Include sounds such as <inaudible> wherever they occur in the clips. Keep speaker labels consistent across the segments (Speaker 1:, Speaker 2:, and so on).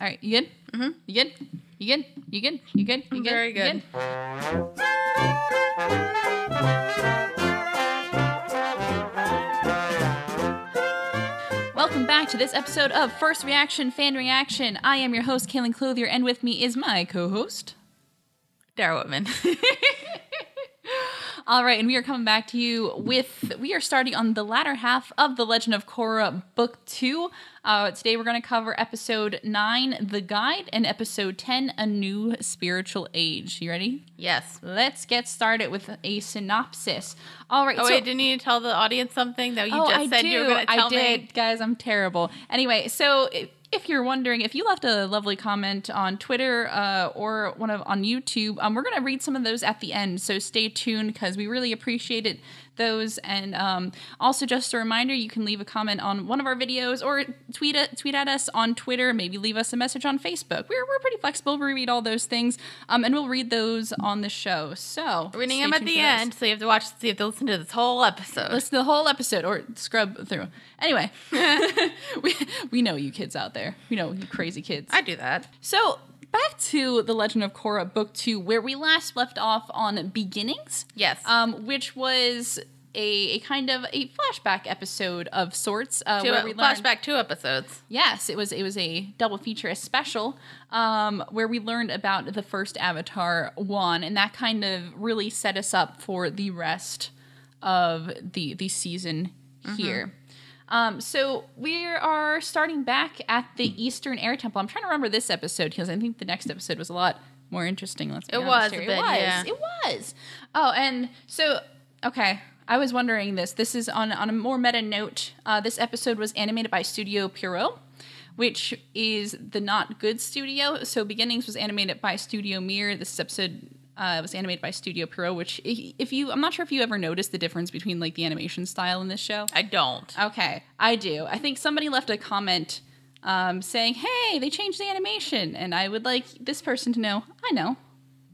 Speaker 1: All right, you good? Mm-hmm. You good? You good? You good? You good? You good?
Speaker 2: Very
Speaker 1: You
Speaker 2: good.
Speaker 1: Welcome back to this episode of First Reaction Fan Reaction. I am your host, Kaylin Clothier, and with me is my co-host.
Speaker 2: Dara Whitman. <laughs>
Speaker 1: All right, and we are coming back to you with we are starting on the latter half of the Legend of Korra book two. Uh, today we're going to cover episode nine, the guide, and episode ten, a new spiritual age. You ready?
Speaker 2: yes.
Speaker 1: Let's get started with a synopsis. All right.
Speaker 2: Oh,
Speaker 1: so- Oh,
Speaker 2: wait, didn't you tell the audience something that you just said you were going to tell
Speaker 1: I did,
Speaker 2: me?
Speaker 1: guys. I'm terrible. Anyway, so if, if you're wondering, if you left a lovely comment on Twitter uh, or one of on YouTube, um, we're gonna read some of those at the end. So stay tuned because we really appreciate it. Those and um, also just a reminder, you can leave a comment on one of our videos or tweet at, tweet at us on Twitter. Maybe leave us a message on Facebook. We're, we're pretty flexible. We read all those things, um, and we'll read those on the show. So
Speaker 2: We're reading
Speaker 1: stay
Speaker 2: them at
Speaker 1: tuned
Speaker 2: the
Speaker 1: for those
Speaker 2: end, so you have to watch, so you have to listen to this whole episode.
Speaker 1: listen to the whole episode or scrub through. Anyway, <laughs> we, we know you kids out there. We know you crazy kids.
Speaker 2: I do that.
Speaker 1: so back to the Legend of Korra book two, where we last left off on beginnings.
Speaker 2: Yes.
Speaker 1: Um, which was a, a kind of a flashback episode of sorts. Uh,
Speaker 2: Two,
Speaker 1: where we learned-
Speaker 2: flashback two episodes.
Speaker 1: Yes, it was it was a double feature, a special, um, where we learned about the first Avatar one, and that kind of really set us up for the rest of the the season here. Um, so we are starting back at
Speaker 2: Hmm.
Speaker 1: the Eastern Air Temple. I'm trying to remember this episode because I think the next episode was a lot more interesting. Let's be
Speaker 2: It
Speaker 1: honest
Speaker 2: was a
Speaker 1: here.
Speaker 2: bit,
Speaker 1: it was
Speaker 2: yeah.
Speaker 1: it was. Oh, and so okay. I was wondering this. This is on on a more meta note. Uh, this episode was animated by Studio Pierrot, which is the not good studio. So Beginnings was animated by Studio Mir. This episode uh, was animated by Studio Pierrot, which i- if you I'm not sure if you ever noticed the difference between like the animation style in this show.
Speaker 2: I don't.
Speaker 1: Okay, I do. I think somebody left a comment um, saying, "Hey, they changed the animation," and I would like this person to know. I know.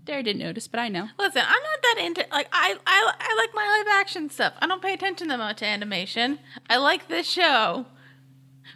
Speaker 1: Dare didn't notice, but I know.
Speaker 2: Listen, I'm not that into like I I I like my live action stuff. I don't pay attention that much to animation. I like this show,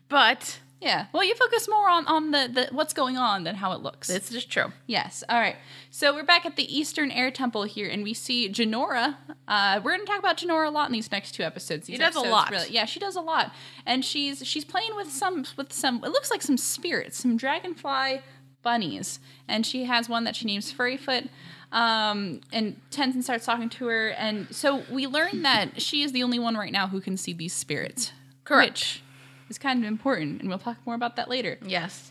Speaker 2: but
Speaker 1: Yeah. Well, you focus more on on the, the what's going on than how it looks.
Speaker 2: it's just true.
Speaker 1: yes. All right. So we're back at the Eastern Air Temple here, and we see Janora. Uh, we're going to talk about Janora a lot in these next two episodes. These
Speaker 2: She does a
Speaker 1: episodes
Speaker 2: lot.
Speaker 1: yeah, she does a lot, and she's she's playing with some with some. It looks like some spirits, some dragonfly bunnies, and she has one that she names Furryfoot. Um, and Tenzin starts talking to her, and so we learn that she is the only one right now who can see these spirits.
Speaker 2: Correct.
Speaker 1: Which is kind of important, and we'll talk more about that later.
Speaker 2: Yes.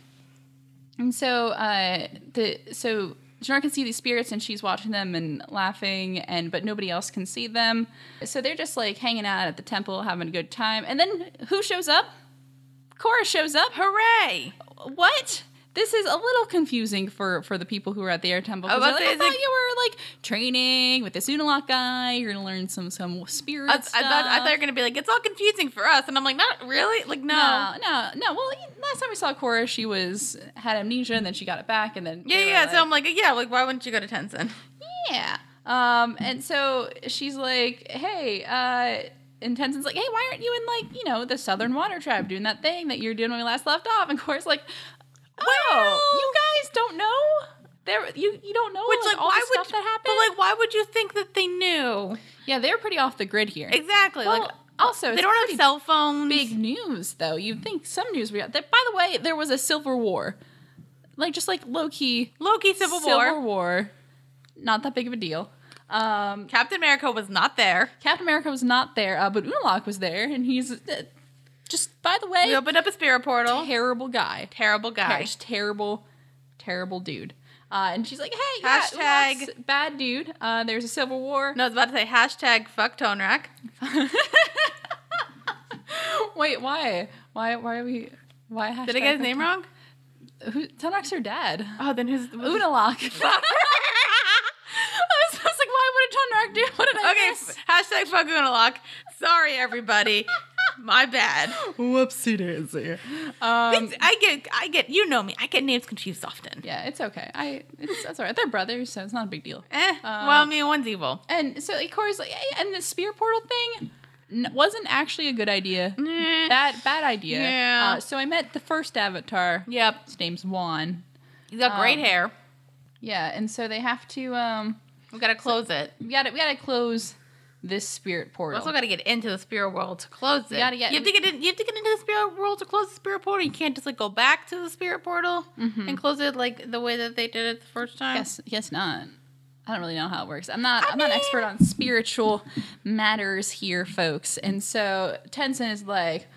Speaker 1: And so uh, the so Janora can see these spirits, and she's watching them and laughing, and but nobody else can see them. So they're just like hanging out at the temple, having a good time. And then who shows up? Korra shows up.
Speaker 2: Hooray!
Speaker 1: What? This is a little confusing for for the people who are at the air temple. 'cause
Speaker 2: I was
Speaker 1: they're
Speaker 2: about
Speaker 1: like, I
Speaker 2: to
Speaker 1: thought
Speaker 2: say, it's
Speaker 1: you were like training with this Unalaq guy. You're gonna learn some some spirit
Speaker 2: I, I,
Speaker 1: stuff.
Speaker 2: thought, I thought you were gonna be like it's all confusing for us, and I'm like not really like no.
Speaker 1: no, no, no. Well, last time we saw Korra, she was had amnesia, and then she got it back, and then
Speaker 2: Yeah,
Speaker 1: they were
Speaker 2: yeah.
Speaker 1: like-
Speaker 2: so I'm like yeah, like why wouldn't you go to Tencent?
Speaker 1: yeah. Um, and so she's like, hey, uh, and Tenzin's like, hey, why aren't you in like, you know, the Southern Water Tribe doing that thing that you were doing when we last left off? And Cora's like, wow,
Speaker 2: Well-
Speaker 1: you guys don't know? There, you, you don't know
Speaker 2: Which
Speaker 1: like,
Speaker 2: like,
Speaker 1: Oh, all
Speaker 2: why
Speaker 1: the
Speaker 2: would
Speaker 1: stuff that happened?
Speaker 2: But like why would you think that they knew
Speaker 1: yeah, they're pretty off the grid here.
Speaker 2: exactly?
Speaker 1: Well,
Speaker 2: like
Speaker 1: also,
Speaker 2: they
Speaker 1: it's
Speaker 2: don't
Speaker 1: pretty
Speaker 2: have cell phones.
Speaker 1: big news though. You'd think some news would be out there. By the way, there was a Civil War. Like, just like low-key
Speaker 2: Loki Civil, War.
Speaker 1: War. Not that big of a deal. Um,
Speaker 2: Captain America was not there.
Speaker 1: Captain America was not there, uh, but Unalaq was there, and he's uh, just, by the way,
Speaker 2: We opened up a spirit portal.
Speaker 1: terrible guy.
Speaker 2: Terrible guy.
Speaker 1: Just terrible, terrible dude. Uh, and she's like, hey, yeah,
Speaker 2: Hashtag-
Speaker 1: Unalaq's bad dude. Uh, there's a civil war.
Speaker 2: No, I was about to say hashtag fuck tone rack.
Speaker 1: Wait, why? Why? Why are we? Why?
Speaker 2: Did I get his name wrong?
Speaker 1: Who? Tanak's her dad.
Speaker 2: Oh, then
Speaker 1: <laughs>
Speaker 2: who's
Speaker 1: Unalaq. I was, I was like, why would a Tanrak do? What did I
Speaker 2: <laughs> Okay,
Speaker 1: miss?
Speaker 2: f- hashtag fuck Unalaq. Sorry, everybody.
Speaker 1: <laughs>
Speaker 2: My bad.
Speaker 1: Whoopsie daisy.
Speaker 2: It's- I get, I get. You know me. I get names confused often.
Speaker 1: Um, Yeah, it's okay. I it's that's all right. They're brothers, so it's not a big deal.
Speaker 2: Eh, well, I mean, one's evil.
Speaker 1: And so like, Korra's like, hey, and the spear portal thing. n- wasn't actually a good idea.
Speaker 2: Nah.
Speaker 1: Bad, bad idea.
Speaker 2: Yeah.
Speaker 1: Uh, so I met the first avatar.
Speaker 2: Yep.
Speaker 1: His name's Juan.
Speaker 2: He's got great
Speaker 1: Um,
Speaker 2: hair.
Speaker 1: Yeah, and so they have to. Um,
Speaker 2: We gotta close it.
Speaker 1: we got to we got to close this spirit
Speaker 2: We
Speaker 1: portal.
Speaker 2: also gotta get into the spirit world to close it. You,
Speaker 1: gotta get-
Speaker 2: have to get in, you have to get into the spirit world to close the spirit portal. You can't just like go back to the spirit portal
Speaker 1: Mm-hmm.
Speaker 2: and close it like the way that they did it the first time.
Speaker 1: guess guess not. I don't really know how it works. I'm not I
Speaker 2: I
Speaker 1: am not an
Speaker 2: mean-
Speaker 1: expert on spiritual matters here, folks. And so Tencent is like,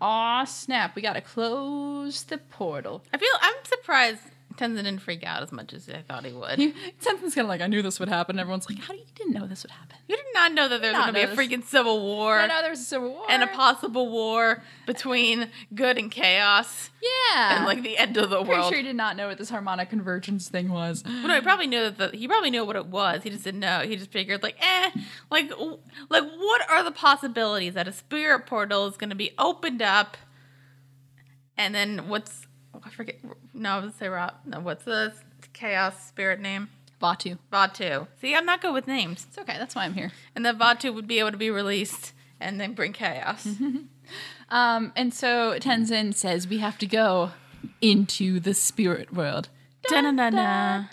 Speaker 1: "Aw, snap! We gotta close the portal."
Speaker 2: I feel I'm surprised Tenzin didn't freak out as much as I thought he would. You,
Speaker 1: Tencent's kind of like, "I knew this would happen." Everyone's like, "How do you didn't know this would happen?"
Speaker 2: did not know that there was
Speaker 1: Not
Speaker 2: gonna be a
Speaker 1: notice.
Speaker 2: freaking civil war
Speaker 1: I know there was a civil war
Speaker 2: and a possible war between good and chaos
Speaker 1: Yeah,
Speaker 2: and like the end of the
Speaker 1: pretty
Speaker 2: world.
Speaker 1: sure he did not know what this harmonic convergence thing was.
Speaker 2: Well, no, he probably knew that the, he probably knew what it was. He just didn't know. He just figured like, eh, like, w- like what are the possibilities that a spirit portal is going to be opened up, and then what's I forget. No, I was gonna say Rob. No, what's the chaos spirit name?
Speaker 1: Batu.
Speaker 2: Vatu. See, I'm not good with names.
Speaker 1: It's okay. That's why I'm here.
Speaker 2: And then Vatu would be able to be released and then bring chaos.
Speaker 1: Um, and so Tenzin says we have to go into the spirit world.
Speaker 2: Da-na-na-na.
Speaker 1: Dun, dun.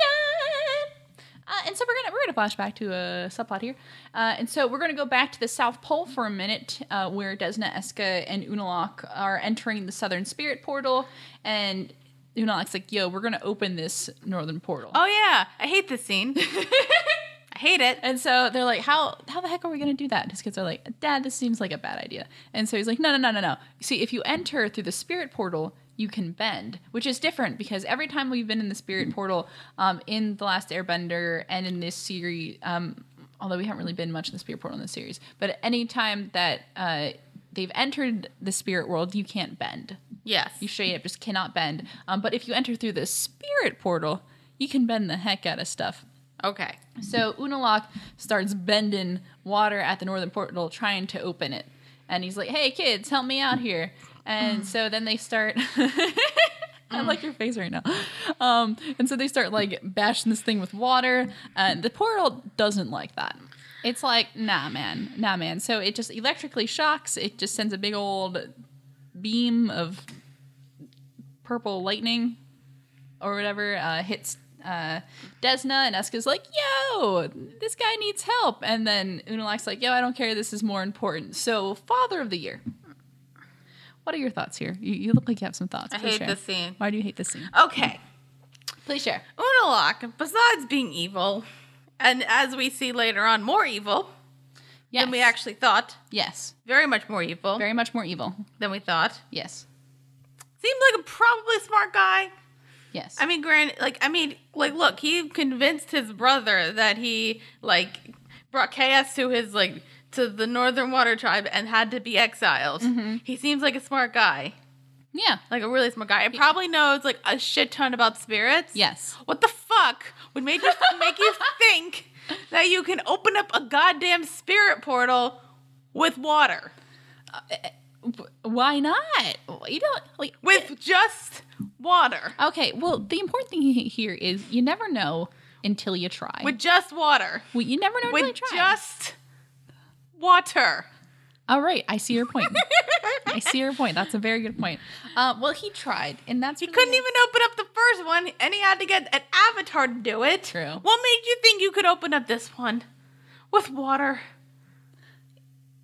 Speaker 1: Uh, and so we're gonna we're gonna flash back to a subplot here, uh, and so we're gonna go back to the South Pole for a minute, uh, where Desna, Eska, and Unalak are entering the Southern Spirit Portal, and Unalak's like, "Yo, we're gonna open this Northern Portal."
Speaker 2: Oh yeah, I hate this scene. I hate it.
Speaker 1: And so they're like, "How how the heck are we gonna do that?" And his kids are like, "Dad, this seems like a bad idea." And so he's like, "No, no, no, no, no. See, if you enter through the spirit portal, you can bend, which is different because every time we've been in the spirit portal, um, in the last Airbender and in this series, um, although we haven't really been much in the spirit portal in this series, but any time that uh, they've entered the spirit world, you can't bend.
Speaker 2: Yes.
Speaker 1: You straight up just cannot bend. Um, but if you enter through the spirit portal, you can bend the heck out of stuff.
Speaker 2: Okay.
Speaker 1: So Unalak starts bending water at the northern portal, trying to open it. And he's like, "Hey kids, help me out here!" And so then they start. <laughs> I
Speaker 2: Mm.
Speaker 1: like your face right now. Um, and so they start like bashing this thing with water. And the portal doesn't like that. It's like, nah, man, nah, man. So it just electrically shocks. It just sends a big old beam of purple lightning or whatever uh, hits uh, Desna, and Eska's like, "Yo, this guy needs help." And then Unalak's like, "Yo, I don't care. This is more important." So, Father of the Year. What are your thoughts here? You, you look like you have some thoughts.
Speaker 2: I
Speaker 1: Please
Speaker 2: hate
Speaker 1: share.
Speaker 2: this scene.
Speaker 1: Why do you hate this scene?
Speaker 2: Okay. Uh,
Speaker 1: Please share.
Speaker 2: Unalak, besides being evil, and as we see later on, more evil
Speaker 1: Yes.
Speaker 2: than we actually thought,
Speaker 1: Yes.
Speaker 2: very much more evil
Speaker 1: Very much more evil.
Speaker 2: than we thought,
Speaker 1: Yes.
Speaker 2: seemed like a probably smart guy.
Speaker 1: Yes.
Speaker 2: I mean, granted, like, I mean, like, look, he convinced his brother that he, like, brought chaos to his, like, to the Northern Water Tribe and had to be exiled.
Speaker 1: Mm-hmm.
Speaker 2: He seems like a smart guy,
Speaker 1: yeah.
Speaker 2: like a really smart guy. And probably knows, like, a shit ton about spirits.
Speaker 1: Yes.
Speaker 2: What the fuck would make you make you think that you can open up a goddamn spirit portal with water?
Speaker 1: W- Why not? You don't like
Speaker 2: With just water.
Speaker 1: Okay. Well, the important thing he- here is you never know until you try.
Speaker 2: With just water.
Speaker 1: well, you never know until you
Speaker 2: With
Speaker 1: try.
Speaker 2: just
Speaker 1: <laughs>
Speaker 2: water.
Speaker 1: All right, I see your point.
Speaker 2: <laughs>
Speaker 1: I see your point. That's a very good point. Uh, well, he tried, and that's
Speaker 2: He couldn't even open up the first one, and he had to get an avatar to do it.
Speaker 1: True.
Speaker 2: What made you think you could open up this one with water?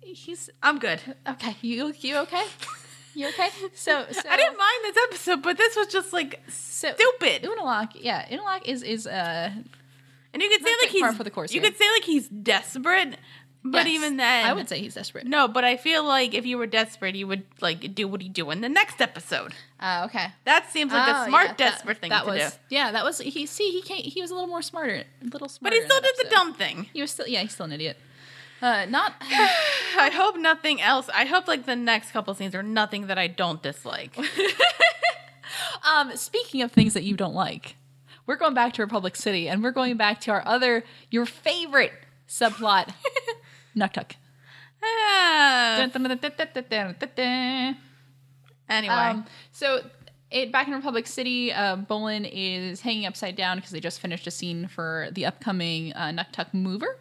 Speaker 1: He's
Speaker 2: I'm good.
Speaker 1: okay. You you okay? You okay? So so
Speaker 2: <laughs> I didn't mind this episode, but this was just like
Speaker 1: so
Speaker 2: stupid.
Speaker 1: Unalak, yeah, Unalak is is uh.
Speaker 2: And you could say
Speaker 1: Not
Speaker 2: like
Speaker 1: quite par
Speaker 2: he's
Speaker 1: for the course
Speaker 2: You
Speaker 1: here.
Speaker 2: could say like he's desperate, but
Speaker 1: yes,
Speaker 2: even then,
Speaker 1: I would say he's desperate.
Speaker 2: no. But I feel like if you were desperate, you would like do what you do in the next episode.
Speaker 1: Uh, okay.
Speaker 2: That seems like
Speaker 1: Oh,
Speaker 2: a smart,
Speaker 1: yeah, that-
Speaker 2: desperate thing
Speaker 1: that
Speaker 2: to
Speaker 1: was,
Speaker 2: do.
Speaker 1: Yeah, that was he. See, he can't, he was a little more smarter, a little smarter.
Speaker 2: But he
Speaker 1: in
Speaker 2: still
Speaker 1: that
Speaker 2: did the
Speaker 1: episode.
Speaker 2: dumb thing. <sighs>
Speaker 1: He was still, yeah, he's still an idiot. Uh, not <laughs>
Speaker 2: I hope nothing else. I hope like the next couple scenes are nothing that I don't
Speaker 1: <laughs>
Speaker 2: dislike. <sighs>
Speaker 1: Um, speaking of things that you don't like, we're going back to Republic City and we're going back to our other, your favorite
Speaker 2: <laughs>
Speaker 1: subplot, Nuktuk.
Speaker 2: Ah. anyway,
Speaker 1: Um, so it back in Republic City, uh, Bolin is hanging upside down because they just finished a scene for the upcoming uh, Nuktuk Mover.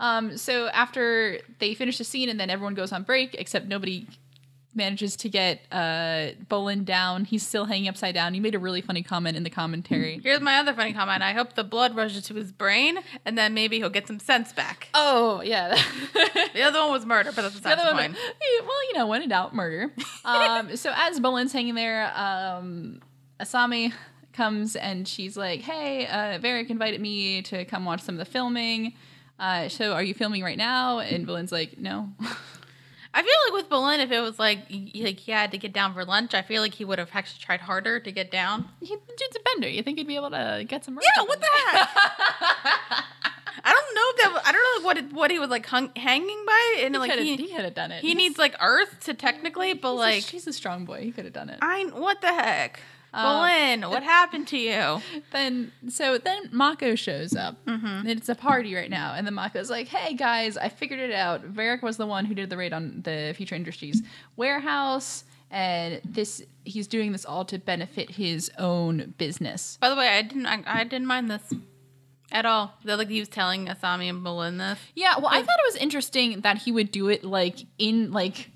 Speaker 1: Um, so after they finish the scene and then everyone goes on break, except nobody manages to get uh, Bolin down. He's still hanging upside down. You made a really funny comment in the commentary.
Speaker 2: Here's my other funny comment. I hope the blood rushes to his brain, and then maybe he'll get some sense back.
Speaker 1: <laughs> Oh, yeah. <laughs>
Speaker 2: The other one was murder, but that's besides
Speaker 1: The <laughs>
Speaker 2: the
Speaker 1: other one-
Speaker 2: point.
Speaker 1: Yeah, well, you know, when in doubt,
Speaker 2: <laughs>
Speaker 1: murder. Um, so as Bolin's hanging there, um, Asami comes and she's like, "Hey, uh, Varric invited me to come watch some of the filming. Uh, so are you filming right now?" And Bolin's like, "No." <laughs>
Speaker 2: I feel like with Bolin, if it was like he, like he had to get down for lunch, I feel like he would have actually tried harder to get down.
Speaker 1: He, the dude's a bender. You think he'd be able to get some?
Speaker 2: Yeah, what the <laughs> heck? I don't know if that. was- I don't know what it, what he was like hung, hanging by, and
Speaker 1: He
Speaker 2: like
Speaker 1: coulda-
Speaker 2: he,
Speaker 1: he could have done it.
Speaker 2: he needs like Earth to technically, but
Speaker 1: He's
Speaker 2: like
Speaker 1: a, he's a strong boy. He could have done it.
Speaker 2: I what the heck,
Speaker 1: Um,
Speaker 2: Bolin, what happened to you?
Speaker 1: then so then Mako shows up. And It's a party right now, and then Mako's like, "Hey guys, I figured it out. Varric was the one who did the raid on the Future Industries warehouse, and this he's doing this all to benefit his own business."
Speaker 2: By the way, I didn't I, I didn't mind this at all. That like he was telling Asami and Bolin this.
Speaker 1: Yeah, well, I thought it was interesting that he would do it like in like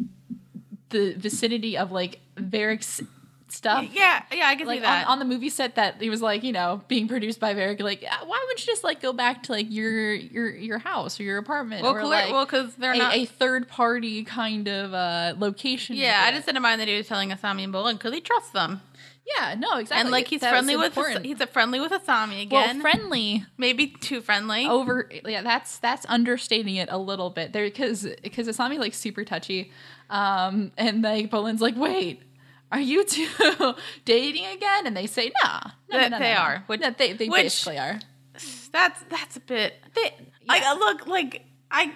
Speaker 1: the vicinity of like Varric's stuff.
Speaker 2: Yeah, yeah, I can see
Speaker 1: like on,
Speaker 2: that.
Speaker 1: on the movie set that he was like you know being produced by Varric like "Ah, why wouldn't you just like go back to like your your your house or your apartment
Speaker 2: well,
Speaker 1: or
Speaker 2: clear,
Speaker 1: like
Speaker 2: well, because they're
Speaker 1: a,
Speaker 2: not.
Speaker 1: a third party kind of uh location
Speaker 2: yeah, I
Speaker 1: of it.
Speaker 2: just didn't mind that he was telling Asami and Bolin because he trusts them,
Speaker 1: Oh, yeah no exactly
Speaker 2: and like he's
Speaker 1: That was
Speaker 2: friendly with
Speaker 1: important.
Speaker 2: he's a friendly with Asami
Speaker 1: well Oh.
Speaker 2: again.
Speaker 1: friendly
Speaker 2: Maybe too friendly.
Speaker 1: over yeah that's that's understating it a little bit there because because Asami like super touchy um and like Bolin's like wait are you two <laughs> dating again and they say nah no, no,
Speaker 2: That
Speaker 1: no,
Speaker 2: they
Speaker 1: no, no."
Speaker 2: are, which-
Speaker 1: No, they they
Speaker 2: which-
Speaker 1: basically are
Speaker 2: That's that's a bit. They,
Speaker 1: Yeah.
Speaker 2: I look like I.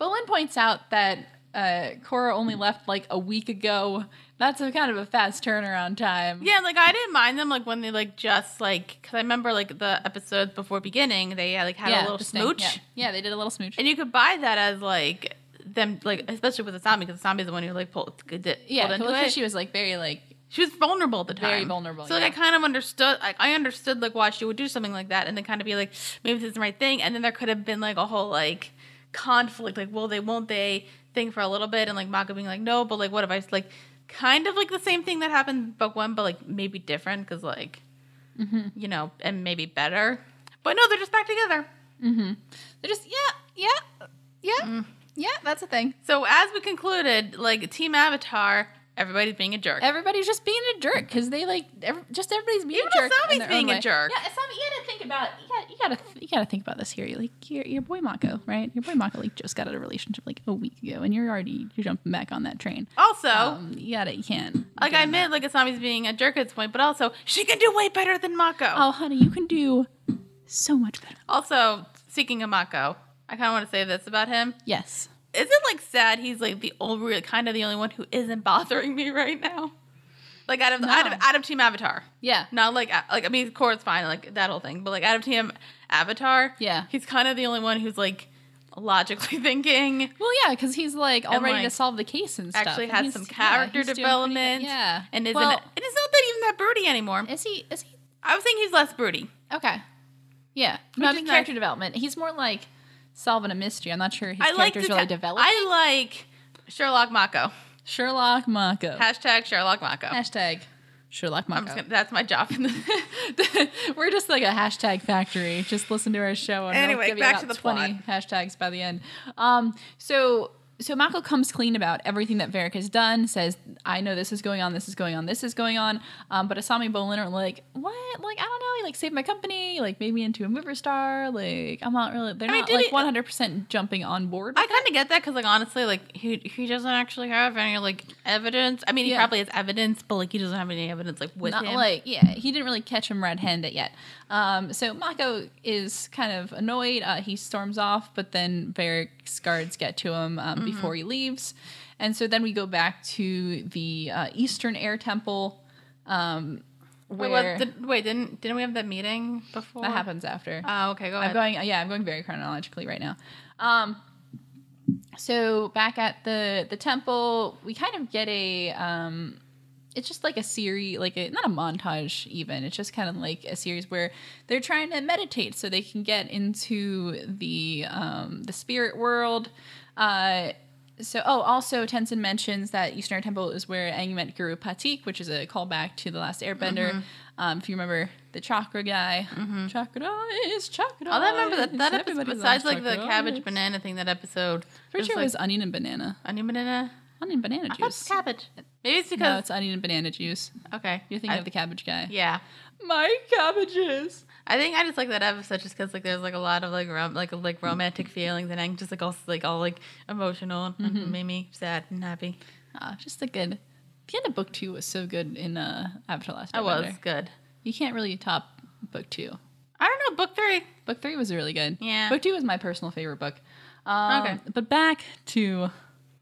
Speaker 1: Bolin points out that uh, Cora only left like a week ago. That's a kind of a fast turnaround time.
Speaker 2: Yeah, like I didn't mind them like when they like just like because I remember like the episodes before beginning they like had a little
Speaker 1: the sting,
Speaker 2: smooch.
Speaker 1: Yeah. Yeah, they did a little smooch.
Speaker 2: And you could buy that as like them, like especially with the zombie, because the zombie's the one who like pulled, did,
Speaker 1: yeah,
Speaker 2: pulled into
Speaker 1: Kalika,
Speaker 2: it.
Speaker 1: she
Speaker 2: She,
Speaker 1: was like very like
Speaker 2: was vulnerable at the time,
Speaker 1: Very vulnerable,
Speaker 2: So like
Speaker 1: yeah.
Speaker 2: I kind of understood, like I understood like why she would do something like that, and then kind of be like, maybe this is the right thing, and then there could have been like a whole like conflict, like will they, won't they, thing for a little bit, and like Mako being like, no, but like what if I like kind of like the same thing that happened in book one, but like maybe different because like
Speaker 1: Mm-hmm.
Speaker 2: you know, and maybe better, but no, they're just back together.
Speaker 1: they're just yeah, yeah, yeah,
Speaker 2: Mm.
Speaker 1: yeah. That's a thing.
Speaker 2: So as we concluded, like Team Avatar, everybody's being a jerk.
Speaker 1: Everybody's just being a jerk because they like every, just everybody's being
Speaker 2: Even
Speaker 1: a jerk.
Speaker 2: Asami's
Speaker 1: in their
Speaker 2: being
Speaker 1: own
Speaker 2: a
Speaker 1: way.
Speaker 2: jerk.
Speaker 1: Yeah, Asami, you gotta think about you gotta you gotta, you gotta think about this here. Like your your boy Mako, right? Your boy Mako like just got out of a relationship like a week ago, and you're already you're jumping back on that train.
Speaker 2: also,
Speaker 1: Um, you gotta you can't.
Speaker 2: Oh. like I admit, like Asami's being a jerk at this point, but also she can do way better than Mako.
Speaker 1: Oh, honey, you can do so much better.
Speaker 2: Also, speaking of Mako, I kind of want to say this about him.
Speaker 1: Yes.
Speaker 2: Isn't like sad he's like the only kind of the only one who isn't bothering me right now. Like out of out of out of Team Avatar.
Speaker 1: Yeah.
Speaker 2: Not like like I mean, Korra's fine, like that whole thing, but like out of Team Avatar,
Speaker 1: Yeah.
Speaker 2: he's kind of the only one who's like logically <laughs> thinking.
Speaker 1: Well, yeah, because he's like all
Speaker 2: And,
Speaker 1: ready to
Speaker 2: like,
Speaker 1: solve the case and stuff.
Speaker 2: actually
Speaker 1: and
Speaker 2: has
Speaker 1: he's-
Speaker 2: some
Speaker 1: yeah,
Speaker 2: character
Speaker 1: he's doing pretty good.
Speaker 2: development.
Speaker 1: Yeah,
Speaker 2: and isn't
Speaker 1: well,
Speaker 2: and it's not that even that broody anymore.
Speaker 1: is he? Is he
Speaker 2: I was thinking he's less broody.
Speaker 1: okay? Yeah, no, I
Speaker 2: is
Speaker 1: mean
Speaker 2: nice.
Speaker 1: character development. He's more like solving a mystery. I'm not sure his
Speaker 2: I like
Speaker 1: character's
Speaker 2: the
Speaker 1: really
Speaker 2: ta-
Speaker 1: developed.
Speaker 2: I like Sherlock Mako.
Speaker 1: Sherlock Mako.
Speaker 2: Hashtag Sherlock Mako.
Speaker 1: Hashtag Sherlock Mako.
Speaker 2: I'm just gonna, that's my job. <laughs> In the-
Speaker 1: <laughs> We're just like a hashtag factory. Just listen to our show. And
Speaker 2: Anyway,
Speaker 1: we'll give
Speaker 2: back
Speaker 1: you
Speaker 2: to
Speaker 1: about
Speaker 2: the plot.
Speaker 1: hashtags by the end. Um, so so Mako comes clean about everything that Varric has done. Says, "I know this is going on. This is going on. This is going on." Um, but Asami and Bolin are like, "What? Like I don't know. He like saved my company. He, like made me into a mover star. Like I'm not really. They're
Speaker 2: I mean,
Speaker 1: not
Speaker 2: did
Speaker 1: like
Speaker 2: he-
Speaker 1: 100 percent jumping on board."
Speaker 2: I kind of get that because, like, honestly, like he he doesn't actually have any like evidence. I mean, he
Speaker 1: Yeah.
Speaker 2: probably has evidence, but like he doesn't have any evidence like with
Speaker 1: not
Speaker 2: him.
Speaker 1: like yeah he didn't really catch him red-handed yet um so mako is kind of annoyed uh, he storms off but then Varric's guards get to him um,
Speaker 2: Mm-hmm.
Speaker 1: before he leaves and so then we go back to the uh, eastern air temple um
Speaker 2: wait,
Speaker 1: where
Speaker 2: what, did, wait, didn't didn't we have that meeting before?
Speaker 1: that happens after
Speaker 2: Oh, okay, go ahead.
Speaker 1: I'm going. Yeah, I'm going very chronologically right now. Um, so back at the the temple, we kind of get a um, it's just like a series, like a, not a montage even. It's just kind of like a series where they're trying to meditate so they can get into the um, the spirit world. Uh, so, oh, also Tenzin mentions that Eastern Temple is where Aang met Guru Patik, which is a callback to the Last Airbender.
Speaker 2: Mm-hmm.
Speaker 1: Um, if you remember the chakra guy, chakra is chakra.
Speaker 2: All I remember Mm-hmm. Oh, that that episode,
Speaker 1: Everybody's
Speaker 2: besides
Speaker 1: on
Speaker 2: like the
Speaker 1: chakra
Speaker 2: cabbage
Speaker 1: is.
Speaker 2: banana thing, that episode.
Speaker 1: Pretty
Speaker 2: just,
Speaker 1: sure
Speaker 2: like,
Speaker 1: it was onion and banana.
Speaker 2: onion banana.
Speaker 1: Onion banana
Speaker 2: I thought it was
Speaker 1: juice.
Speaker 2: cabbage. Maybe it's
Speaker 1: No,
Speaker 2: because
Speaker 1: it's onion and banana juice.
Speaker 2: okay.
Speaker 1: You're thinking
Speaker 2: I-
Speaker 1: of the cabbage guy.
Speaker 2: yeah.
Speaker 1: My cabbages.
Speaker 2: I think I just like that episode just because like there's like a lot of like rom- like like romantic feelings and I'm just like all like all like emotional and
Speaker 1: Mm-hmm.
Speaker 2: made me sad and happy.
Speaker 1: Ah, just a good. The end of book two was so good in uh, Avatar: Last Airbender.
Speaker 2: That was good.
Speaker 1: You can't really top book two.
Speaker 2: I don't know book three.
Speaker 1: Book three was really good.
Speaker 2: Yeah.
Speaker 1: Book two was my personal favorite book. Um,
Speaker 2: Okay.
Speaker 1: But back to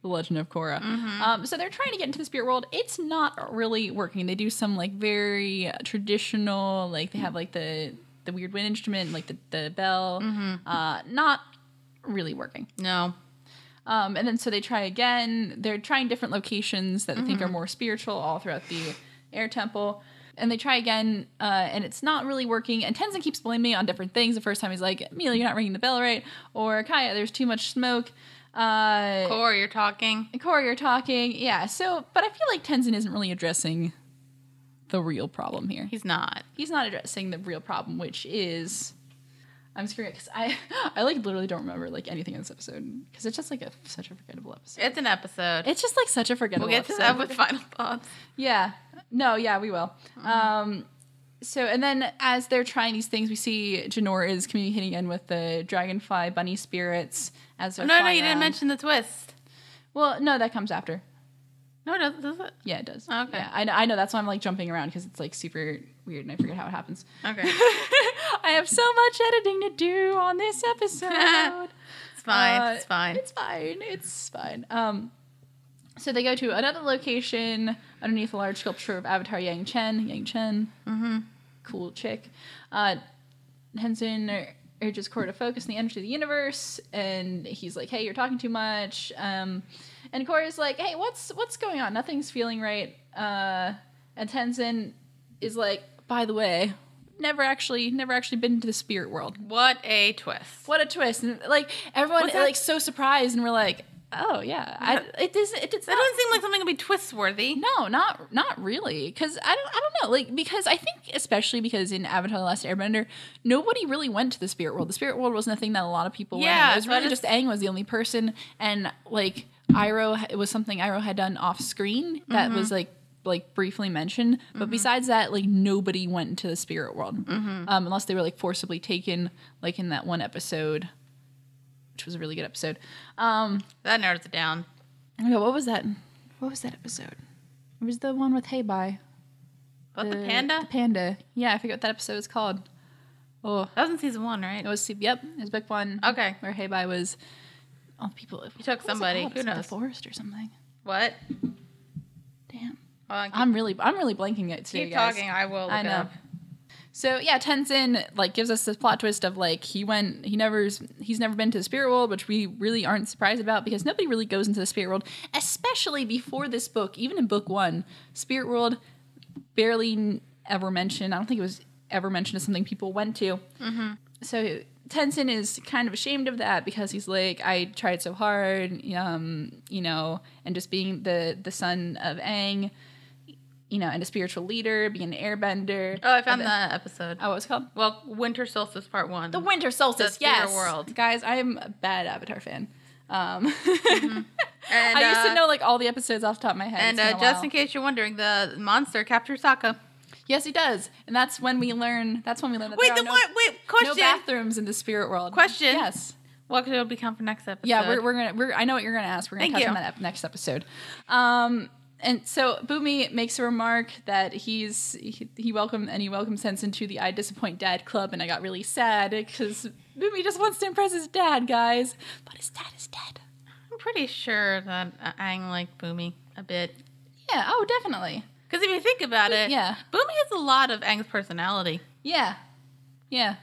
Speaker 1: the Legend of Korra.
Speaker 2: Mm-hmm.
Speaker 1: Um, so they're trying to get into the spirit world. It's not really working. They do some like very traditional, like they have like the the weird wind instrument, like the the bell.
Speaker 2: Mm-hmm.
Speaker 1: Uh, not really working.
Speaker 2: No.
Speaker 1: Um, and then so they try again. They're trying different locations that they think are more spiritual all throughout the air temple. And they try again, uh, and it's not really working. And Tenzin keeps blaming me on different things. The first time he's like, Mila, you're not ringing the bell right. Or Kaya, there's too much smoke. Uh,
Speaker 2: Or you're talking.
Speaker 1: Korra, you're talking. Yeah, so, but I feel like Tenzin isn't really addressing the real problem here
Speaker 2: He's not.
Speaker 1: he's not addressing the real problem, which is I'm screwing because I <laughs> I like literally don't remember like anything in this episode because it's just like a such a forgettable episode.
Speaker 2: It's an episode.
Speaker 1: It's just like such a forgettable.
Speaker 2: we'll get to
Speaker 1: episode.
Speaker 2: that with final thoughts.
Speaker 1: Yeah. No, yeah, we will. Um so and then as they're trying these things, we see Janor is communicating in with the dragonfly bunny spirits as they're
Speaker 2: No, no,
Speaker 1: flying
Speaker 2: you didn't
Speaker 1: around.
Speaker 2: mention the twist.
Speaker 1: Well, no, that comes after.
Speaker 2: No, no, does it?
Speaker 1: Yeah, it does.
Speaker 2: Oh, Okay.
Speaker 1: Yeah, I know, I know. That's why I'm like jumping around because it's like super weird and I forget how it
Speaker 2: <laughs>
Speaker 1: happens.
Speaker 2: Okay,
Speaker 1: <laughs> I have so much editing to do on this
Speaker 2: <laughs>
Speaker 1: episode.
Speaker 2: it's fine.
Speaker 1: Uh,
Speaker 2: it's fine.
Speaker 1: It's fine. It's fine. Um, so they go to another location underneath a large sculpture of Avatar Yang Chen. Yang Chen, mm-hmm. cool chick. Uh, Tenzin urges Korra to focus on the energy of the universe, and he's like, "Hey, you're talking too much." Um, and Korra's like, "Hey, what's what's going on? Nothing's feeling right." Uh, and Tenzin is like, "By the way, never actually, never actually been into the spirit world."
Speaker 2: What a twist.
Speaker 1: What a twist! And like everyone,
Speaker 2: What's that?
Speaker 1: like so surprised, and we're like, "Oh yeah, I, it doesn't. It does
Speaker 2: That doesn't seem like something would be twist worthy.
Speaker 1: no, not not really. Because I don't, I don't know. Like because I think especially because in Avatar: The Last Airbender, nobody really went to the spirit world. The spirit world wasn't a thing that a lot of people went.
Speaker 2: Yeah,
Speaker 1: in. It was
Speaker 2: so I
Speaker 1: really
Speaker 2: just-
Speaker 1: just Aang was the only person, and like Iroh, it was something Iroh had done off screen that was like like briefly mentioned. But besides that, like nobody went into the spirit world um, unless they were like forcibly taken, like in that one episode. Which was a really good episode. Um,
Speaker 2: That narrows it down.
Speaker 1: okay, what was that? What was that episode? It was the one with Hey Bye.
Speaker 2: But the panda?
Speaker 1: The panda. Yeah, I forget what that episode was called. Oh,
Speaker 2: That was in season one, right?
Speaker 1: it was yep, it was book one.
Speaker 2: Okay.
Speaker 1: Where Haybai was all the people. He
Speaker 2: took somebody. Who
Speaker 1: The
Speaker 2: knows?
Speaker 1: forest or something.
Speaker 2: What?
Speaker 1: Damn.
Speaker 2: Hold on, keep,
Speaker 1: I'm really I'm really blanking it too.
Speaker 2: keep
Speaker 1: guys.
Speaker 2: talking. I will look
Speaker 1: I
Speaker 2: it
Speaker 1: know.
Speaker 2: up.
Speaker 1: So yeah, Tenzin like gives us this plot twist of like he went he never he's never been to the spirit world, which we really aren't surprised about because nobody really goes into the spirit world, especially before this book. Even in book one, spirit world barely n- ever mentioned. I don't think it was ever mentioned as something people went to.
Speaker 2: Mm-hmm.
Speaker 1: So Tenzin is kind of ashamed of that because he's like, I tried so hard, um, you know, and just being the the son of Aang. You know, and a spiritual leader, being an airbender.
Speaker 2: Oh, I
Speaker 1: And
Speaker 2: found
Speaker 1: then-
Speaker 2: that episode.
Speaker 1: Oh, what was it called?
Speaker 2: Well, Winter Solstice Part One.
Speaker 1: The Winter Solstice,
Speaker 2: The theater
Speaker 1: yes.
Speaker 2: world.
Speaker 1: Guys, I'm a bad Avatar fan. Um,
Speaker 2: Mm-hmm. and,
Speaker 1: <laughs> I used
Speaker 2: uh,
Speaker 1: to know like all the episodes off the top of my head.
Speaker 2: And
Speaker 1: It's been
Speaker 2: uh,
Speaker 1: a
Speaker 2: just
Speaker 1: while.
Speaker 2: in case you're wondering, the monster captures Sokka.
Speaker 1: yes, he does, and that's when we learn. That's when we learn that
Speaker 2: Wait,
Speaker 1: there
Speaker 2: the
Speaker 1: are no,
Speaker 2: what? Wait,
Speaker 1: no
Speaker 2: question.
Speaker 1: bathrooms in the spirit world.
Speaker 2: Question.
Speaker 1: Yes.
Speaker 2: what could it become for next episode?
Speaker 1: Yeah, we're, we're gonna. We're, I know what you're gonna ask. We're gonna
Speaker 2: Thank
Speaker 1: touch
Speaker 2: you.
Speaker 1: on that ep- next episode. Um, and so Boomy makes a remark that he's he, he welcomed and he welcomes Sensen to the I Disappoint Dad Club, and I got really sad because Boomy just wants to impress his dad, guys, but his dad is dead.
Speaker 2: I'm pretty sure that uh, Aang liked Boomy a bit.
Speaker 1: Yeah. Oh, definitely.
Speaker 2: Because if you think about it,
Speaker 1: Yeah.
Speaker 2: Boomy has a lot of Aang's personality.
Speaker 1: Yeah. Yeah.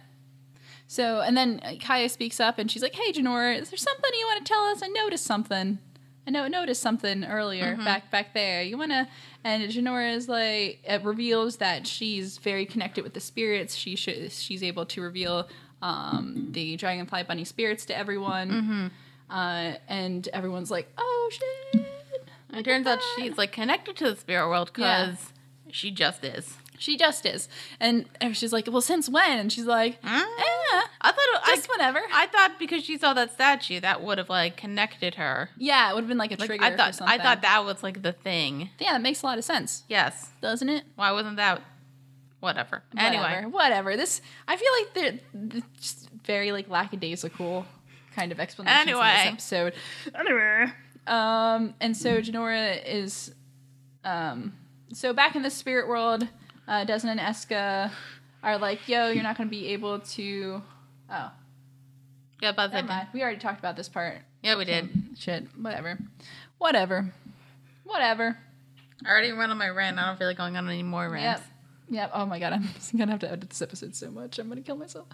Speaker 1: So, and then uh, Kaya speaks up and she's like, Hey, Janora, is there something you want to tell us? I noticed something. I know noticed something earlier back back there. You wanna and Janora is like it reveals that she's very connected with the spirits. She sh- she's able to reveal um, the dragonfly bunny spirits to everyone, uh, and everyone's like, "Oh shit!"
Speaker 2: It turns out she's like connected to the spirit world
Speaker 1: Yeah.
Speaker 2: because she just is.
Speaker 1: She just is, and and she's like, "Well, since when?" And she's like, "Eh,
Speaker 2: I thought it,
Speaker 1: just whenever."
Speaker 2: I, I thought because she saw that statue that would have like connected her.
Speaker 1: yeah, it would have been like a
Speaker 2: Like,
Speaker 1: trigger.
Speaker 2: I
Speaker 1: for
Speaker 2: thought I
Speaker 1: something.
Speaker 2: thought that was like the thing.
Speaker 1: Yeah, that makes a lot of sense,
Speaker 2: Yes.
Speaker 1: doesn't it?
Speaker 2: Why wasn't that? Whatever. Anyway,
Speaker 1: whatever, whatever. This I feel like they're, th- just very like lackadaisical kind of explanations in
Speaker 2: Anyway.
Speaker 1: this episode. Anyway, um, and so Janora is, um, so back in the spirit world, uh, Desmond and Eska are like, "Yo, you're not going to be able to." Oh,
Speaker 2: yeah, about
Speaker 1: never
Speaker 2: that.
Speaker 1: mind. We already talked about this part.
Speaker 2: Yeah, we did.
Speaker 1: Shit, whatever, whatever, whatever.
Speaker 2: I already ran on my rant. I don't feel like going on any more rants.
Speaker 1: Yep. Yep. Oh my god, <laughs> I'm gonna have to edit this episode so much. I'm gonna kill myself.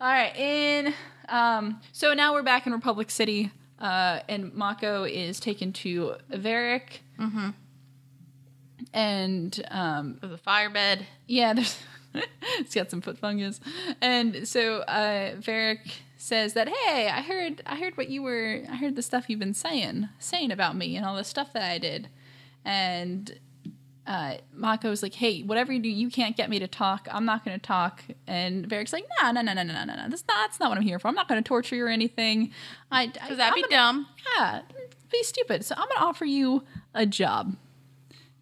Speaker 1: All right. In um, so now we're back in Republic City, uh, and Mako is taken to Varric. Mm-hmm. And um,
Speaker 2: There's a firebed.
Speaker 1: yeah, there's <laughs> it's got some foot fungus, and so uh, Varric says that hey, I heard I heard what you were I heard the stuff you've been saying saying about me and all the stuff that I did, and uh, Mako's like, hey, whatever you do, you can't get me to talk. I'm not going to talk. And Varric's like, no, no, no, no, no, no, no, no. That's not, that's not what I'm here for. I'm not going to torture you or anything. I, I,
Speaker 2: Does that
Speaker 1: I'm
Speaker 2: be
Speaker 1: gonna-
Speaker 2: dumb?
Speaker 1: Yeah, be stupid. So I'm going to offer you a job.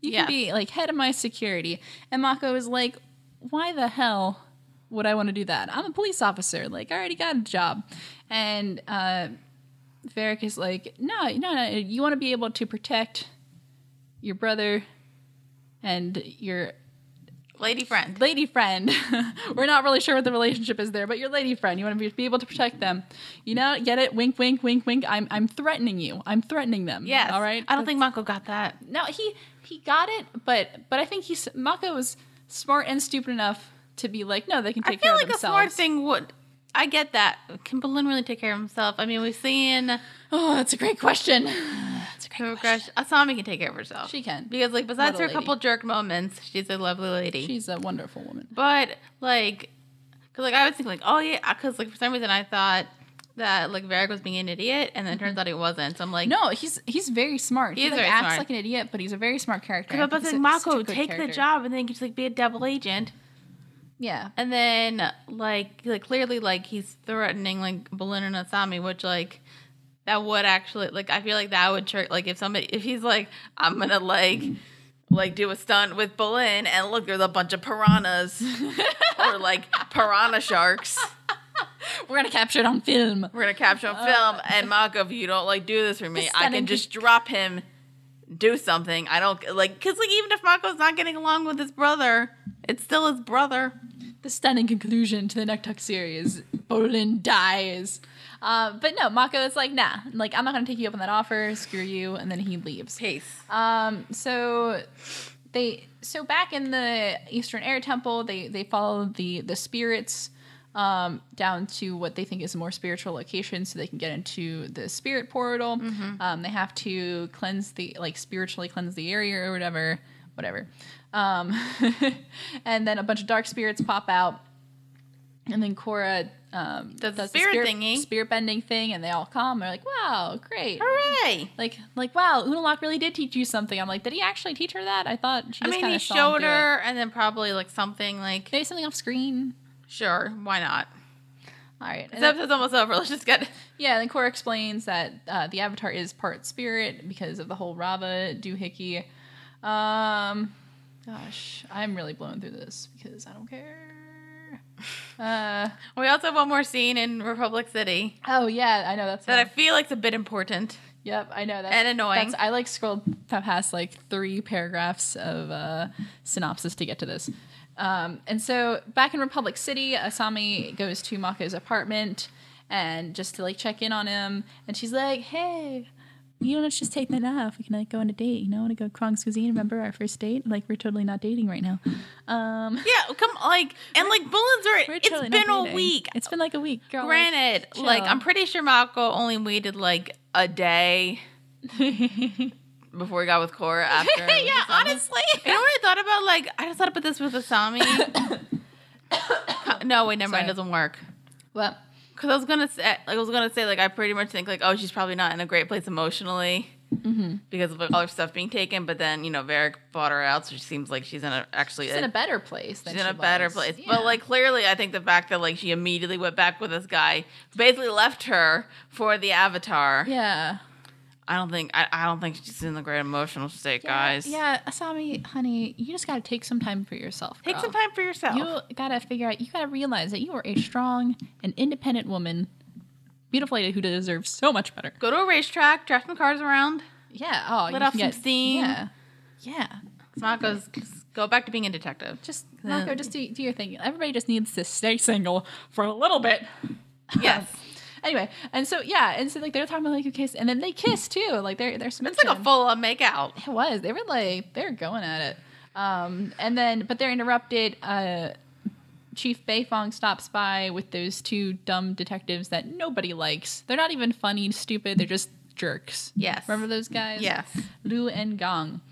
Speaker 1: You
Speaker 2: Yeah.
Speaker 1: can be like head of my security. And Mako is like, why the hell would I want to do that? I'm a police officer. Like, I already got a job. And uh, Varric is like, no, no, no. You want to be able to protect your brother and your
Speaker 2: Lady friend.
Speaker 1: lady friend. <laughs> We're not really sure what the relationship is there, but your lady friend. You want to be, be able to protect them. You know, get it? Wink, wink, wink, wink. I'm I'm threatening you. I'm threatening them.
Speaker 2: Yes.
Speaker 1: All right.
Speaker 2: I don't think Mako got that.
Speaker 1: No, he he got it, but but I think he's Mako was smart and stupid enough to be like, no, they can
Speaker 2: I
Speaker 1: take care
Speaker 2: feel like
Speaker 1: of
Speaker 2: a smart
Speaker 1: themselves.
Speaker 2: thing would. I get that. Can Balloon really take care of himself? I mean, we've seen
Speaker 1: oh, that's a great question. That's a great question.
Speaker 2: Progress. Asami can take care of herself.
Speaker 1: She can.
Speaker 2: Because, like, besides
Speaker 1: Little
Speaker 2: her couple jerk moments, she's a lovely
Speaker 1: <laughs>
Speaker 2: lady.
Speaker 1: She's a wonderful woman.
Speaker 2: but, like, because, like, I was thinking, like, oh, yeah, because, like, for some reason I thought that, like, Varric was being an idiot, and then it turns out he wasn't. So I'm like,
Speaker 1: No, he's he's very smart. He,
Speaker 2: is
Speaker 1: like,
Speaker 2: very
Speaker 1: acts
Speaker 2: smart.
Speaker 1: like an idiot, but he's a very smart character.
Speaker 2: Because I
Speaker 1: I
Speaker 2: was about
Speaker 1: think
Speaker 2: to
Speaker 1: he's
Speaker 2: say,
Speaker 1: a- such a
Speaker 2: Mako,
Speaker 1: good
Speaker 2: take the
Speaker 1: character.
Speaker 2: job, and then you can just, like, be a double agent.
Speaker 1: Yeah.
Speaker 2: And then like like clearly like he's threatening like Balloon and Asami, which like that would actually like I feel like that would trick like if somebody if he's like I'm gonna like like do a stunt with Balloon and look there's a bunch of <laughs> piranhas or like piranha sharks
Speaker 1: We're gonna capture it on film.
Speaker 2: we're gonna capture on film and Mako if you don't like do this for me
Speaker 1: Just
Speaker 2: I
Speaker 1: send
Speaker 2: can
Speaker 1: him to-
Speaker 2: Uh, just drop him do something I don't like because like even if Mako's not getting along with his brother it's still his brother
Speaker 1: the stunning conclusion to the Nuktuk series. Bolin dies. Uh, but no, Mako is like, nah, like I'm not gonna take you up on that offer. Screw you, and then he leaves.
Speaker 2: pace
Speaker 1: Um, so they so back in the Eastern Air Temple, they they follow the the spirits um, down to what they think is a more spiritual location, so they can get into the spirit portal.
Speaker 2: Mm-hmm.
Speaker 1: Um, they have to cleanse the like spiritually cleanse the area or whatever, whatever. Um, <laughs> and then a bunch of dark spirits pop out, and then Korra. Um,
Speaker 2: Does the spirit thingy.
Speaker 1: spirit bending thing, and they all come. They're like, "Wow, great!
Speaker 2: hooray
Speaker 1: like like wow unalak really did teach you something i'm like did he actually teach her that i thought she just
Speaker 2: I mean,
Speaker 1: kind
Speaker 2: he
Speaker 1: of showed
Speaker 2: showed
Speaker 1: her
Speaker 2: her, and then probably like something like,
Speaker 1: maybe something off screen
Speaker 2: sure, why not?
Speaker 1: all right
Speaker 2: This
Speaker 1: and then,
Speaker 2: episode's almost over. <laughs> Let's just get.
Speaker 1: yeah then Korra explains that uh, the avatar is part spirit because of the whole rava doohickey um gosh i'm really blown through this because i don't care
Speaker 2: <laughs>
Speaker 1: uh
Speaker 2: We also have one more scene in Republic City
Speaker 1: oh yeah i know that's
Speaker 2: that I
Speaker 1: one.
Speaker 2: feel like's a bit important.
Speaker 1: yep i know that's
Speaker 2: and annoying.
Speaker 1: that's, i like scrolled past like three paragraphs of uh synopsis to get to this Um, and so back in Republic City, Asami goes to Mako's apartment and just to like check in on him. And she's like, hey, you know, let's just take that off. We can like go on a date. You know, want to go to Krong's Cuisine? Remember our first date? Like, we're totally not dating right now. Um,
Speaker 2: Yeah, come like and like bullets are.
Speaker 1: we're
Speaker 2: It's
Speaker 1: totally not
Speaker 2: been a
Speaker 1: dating.
Speaker 2: week.
Speaker 1: It's been like a week, girl. like,
Speaker 2: Granted, like
Speaker 1: chill.
Speaker 2: I'm pretty sure Mako only waited like a day before we got with
Speaker 1: <laughs>
Speaker 2: Cora after.
Speaker 1: yeah,
Speaker 2: Usami.
Speaker 1: honestly.
Speaker 2: You know what I thought about? Like, I just thought about this with Asami. <coughs> no, wait, never mind.
Speaker 1: Sorry.
Speaker 2: It doesn't work.
Speaker 1: <laughs> Well,
Speaker 2: Because I was gonna say, like, I was gonna say, like, I pretty much think, like, oh, she's probably not in a great place emotionally
Speaker 1: Mm-hmm.
Speaker 2: because of like, all her stuff being taken. But then, you know, Varric bought her out, so she seems like she's in a actually
Speaker 1: she's in a better place. Than
Speaker 2: she's in
Speaker 1: she
Speaker 2: a better
Speaker 1: was.
Speaker 2: place.
Speaker 1: Yeah.
Speaker 2: But like, clearly, I think the fact that like she immediately went back with this guy, basically left her for the Avatar.
Speaker 1: yeah,
Speaker 2: I don't think I, I don't think she's in the great emotional state, guys.
Speaker 1: Yeah, Asami, honey, you just gotta take some time for yourself.
Speaker 2: Take
Speaker 1: girl.
Speaker 2: some time for yourself.
Speaker 1: Oh. You gotta figure out. You gotta realize that you are a strong and independent woman, beautiful lady who deserves so much better.
Speaker 2: Go to a racetrack, drive some cars around.
Speaker 1: Yeah. Oh,
Speaker 2: Let
Speaker 1: you
Speaker 2: off
Speaker 1: can
Speaker 2: some steam.
Speaker 1: Yeah. Yeah.
Speaker 2: It's not goes go back to being
Speaker 1: <laughs>
Speaker 2: a detective.
Speaker 1: Just
Speaker 2: Uh,
Speaker 1: Marco, just do, do your thing. Everybody just needs to stay single for a little bit.
Speaker 2: Yes.
Speaker 1: Anyway, and so yeah, and so like they were talking about like a kiss, and then they kissed too. Like they're they're smitten.
Speaker 2: it's like a full on make out.
Speaker 1: <laughs> It was. They were like they're going at it. Um, and then but they're interrupted. Uh, Chief Beifong stops by with those two dumb detectives that nobody likes. They're not even funny, stupid. They're just jerks.
Speaker 2: Yes.
Speaker 1: Remember those guys?
Speaker 2: Yes.
Speaker 1: Lu and Gong.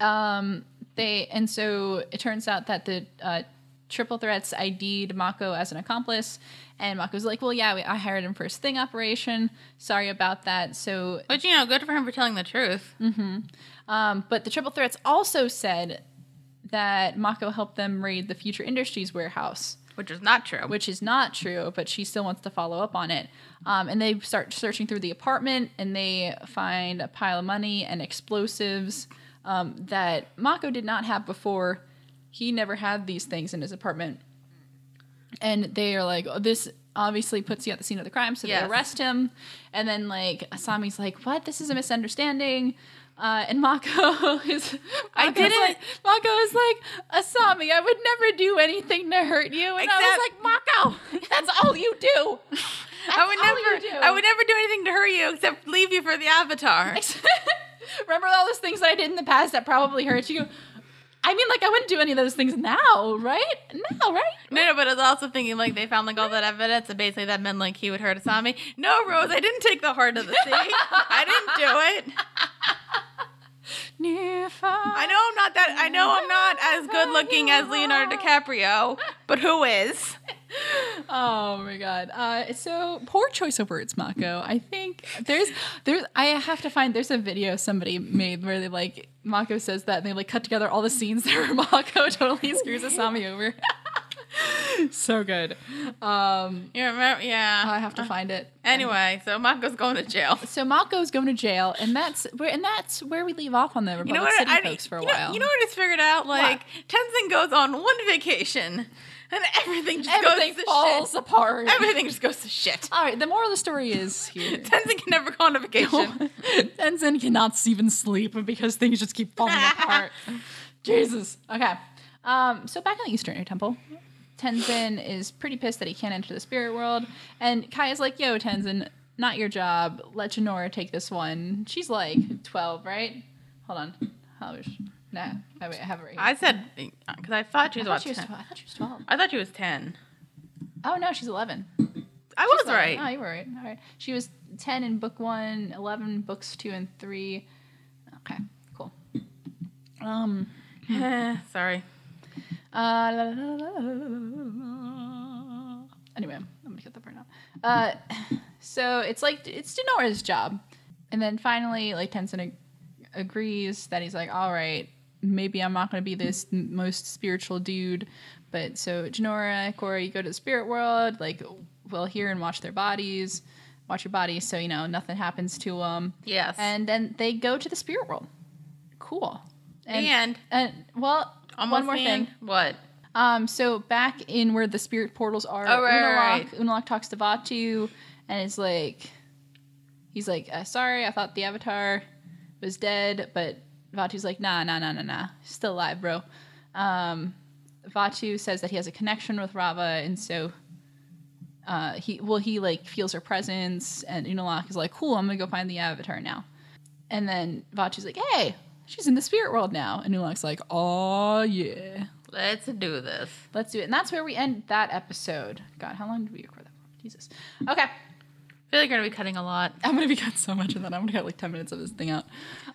Speaker 1: Um, they and so it turns out that the uh, triple threats ID'd Mako as an accomplice, and Mako's like, "Well, yeah, we, I hired him for his thing operation. Sorry about that." So,
Speaker 2: But you know, good for him for telling the truth.
Speaker 1: Mm. um, but the triple threats also said that Mako helped them raid the Future Industries warehouse.
Speaker 2: Which is not true.
Speaker 1: which is not true, but she still wants to follow up on it. Um, and they start searching through the apartment and they find a pile of money and explosives um, that Mako did not have before. He never had these things in his apartment. And they are like, oh, this obviously puts you at the scene of the crime, so
Speaker 2: Yes.
Speaker 1: they arrest him. And then, like, Asami's like, what? This is a misunderstanding. Uh, and Mako <laughs> is,
Speaker 2: I
Speaker 1: Mako's
Speaker 2: didn't-
Speaker 1: Like, Mako is like, Asami, I would never do anything to hurt you. And I was like,
Speaker 2: Except-
Speaker 1: Mako, that's all you <laughs> do.
Speaker 2: I would
Speaker 1: all you
Speaker 2: never
Speaker 1: do.
Speaker 2: I would never do anything to hurt you except leave you for the avatar.
Speaker 1: <laughs> Remember all those things that I did in the past that probably hurt you? I mean, like, I wouldn't do any of those things now, right? Now, right?
Speaker 2: No, no, but I was also thinking like they found like all that evidence and basically that meant like he would hurt Asami. No, Rose, I didn't take the heart of the sea. I didn't do it. I
Speaker 1: I
Speaker 2: know I'm not that I know I'm not as good looking as Leonardo DiCaprio, but who is?
Speaker 1: Oh my god. Uh, so poor choice of words, Mako. I think there's there's I have to find there's a video somebody made where they like Mako says that and they like cut together all the scenes <laughs> that where Mako totally screws Asami over. <laughs> so good. Um
Speaker 2: You remember yeah.
Speaker 1: I have to find it.
Speaker 2: Uh, Anyway, so Mako's going to jail.
Speaker 1: So Mako's going to jail, and that's where and that's where we leave off on the Republic City folks for a
Speaker 2: you know-
Speaker 1: while.
Speaker 2: you know what I just figured out? Like Tenzin goes on one vacation, and everything just
Speaker 1: everything
Speaker 2: goes to
Speaker 1: falls
Speaker 2: shit.
Speaker 1: apart.
Speaker 2: Everything just goes to shit.
Speaker 1: all right, the moral of the story is
Speaker 2: <laughs>
Speaker 1: here.
Speaker 2: Tenzin can never go on a vacation.
Speaker 1: Tenzin cannot even sleep because things just keep falling <laughs> apart. Jesus. Okay. Um, so back in the Eastern Air Temple, Tenzin is pretty pissed that he can't enter the spirit world, and Kai is like, "Yo, Tenzin, not your job. Let Janora take this one. She's like twelve, right? Hold on. How is? Nah, I, wait, <laughs> I have it right here.
Speaker 2: I said because I thought she was
Speaker 1: I
Speaker 2: about
Speaker 1: thought she was
Speaker 2: 10.
Speaker 1: 12. I thought she was 12.
Speaker 2: I thought she was ten.
Speaker 1: Oh, no, she's 11.
Speaker 2: I
Speaker 1: She's
Speaker 2: was
Speaker 1: 11.
Speaker 2: right.
Speaker 1: Oh, you were right. All right. She was 10 in book one, 11 books two and three. Okay, cool. Um,
Speaker 2: Eh, <laughs> Sorry.
Speaker 1: uh, la, la, la, la, la, la, la. Anyway, I'm going to get that part out. Uh, <sighs> so it's like, it's Denora's job. And then finally, like, Tenzin ag- agrees that he's like, all right, maybe I'm not going to be this m- most spiritual dude. But so, Janora, Korra, you go to the spirit world, like, we'll hear and watch their bodies, watch your bodies, so, you know, nothing happens to them.
Speaker 2: Yes.
Speaker 1: And
Speaker 2: And,
Speaker 1: then they go to the spirit world. Cool. and well,
Speaker 2: almost
Speaker 1: one more
Speaker 2: the
Speaker 1: thing.
Speaker 2: end. What?
Speaker 1: Um, so back in where the spirit portals are,
Speaker 2: Oh, right,
Speaker 1: Unalaq,
Speaker 2: right,
Speaker 1: Unalaq talks to Vatu, and it's like, he's like, uh, sorry, I thought the Avatar was dead, but Vatu's like, nah, nah, nah, nah, nah, still alive, bro. Um, Vatu says that he has a connection with Rava, and so uh, he, well, he like feels her presence, and Unalaq is like, cool, I'm gonna go find the Avatar now. And then Vatu's like, hey, she's in the spirit world now, and Unalaq's like, oh yeah.
Speaker 2: Let's do this.
Speaker 1: Let's do it. And that's where we end that episode. God, how long did we record that for? Jesus. Okay. <laughs>
Speaker 2: feel like you're gonna be cutting a lot.
Speaker 1: I'm gonna be cut so much of that. I'm gonna cut like ten minutes of this thing out.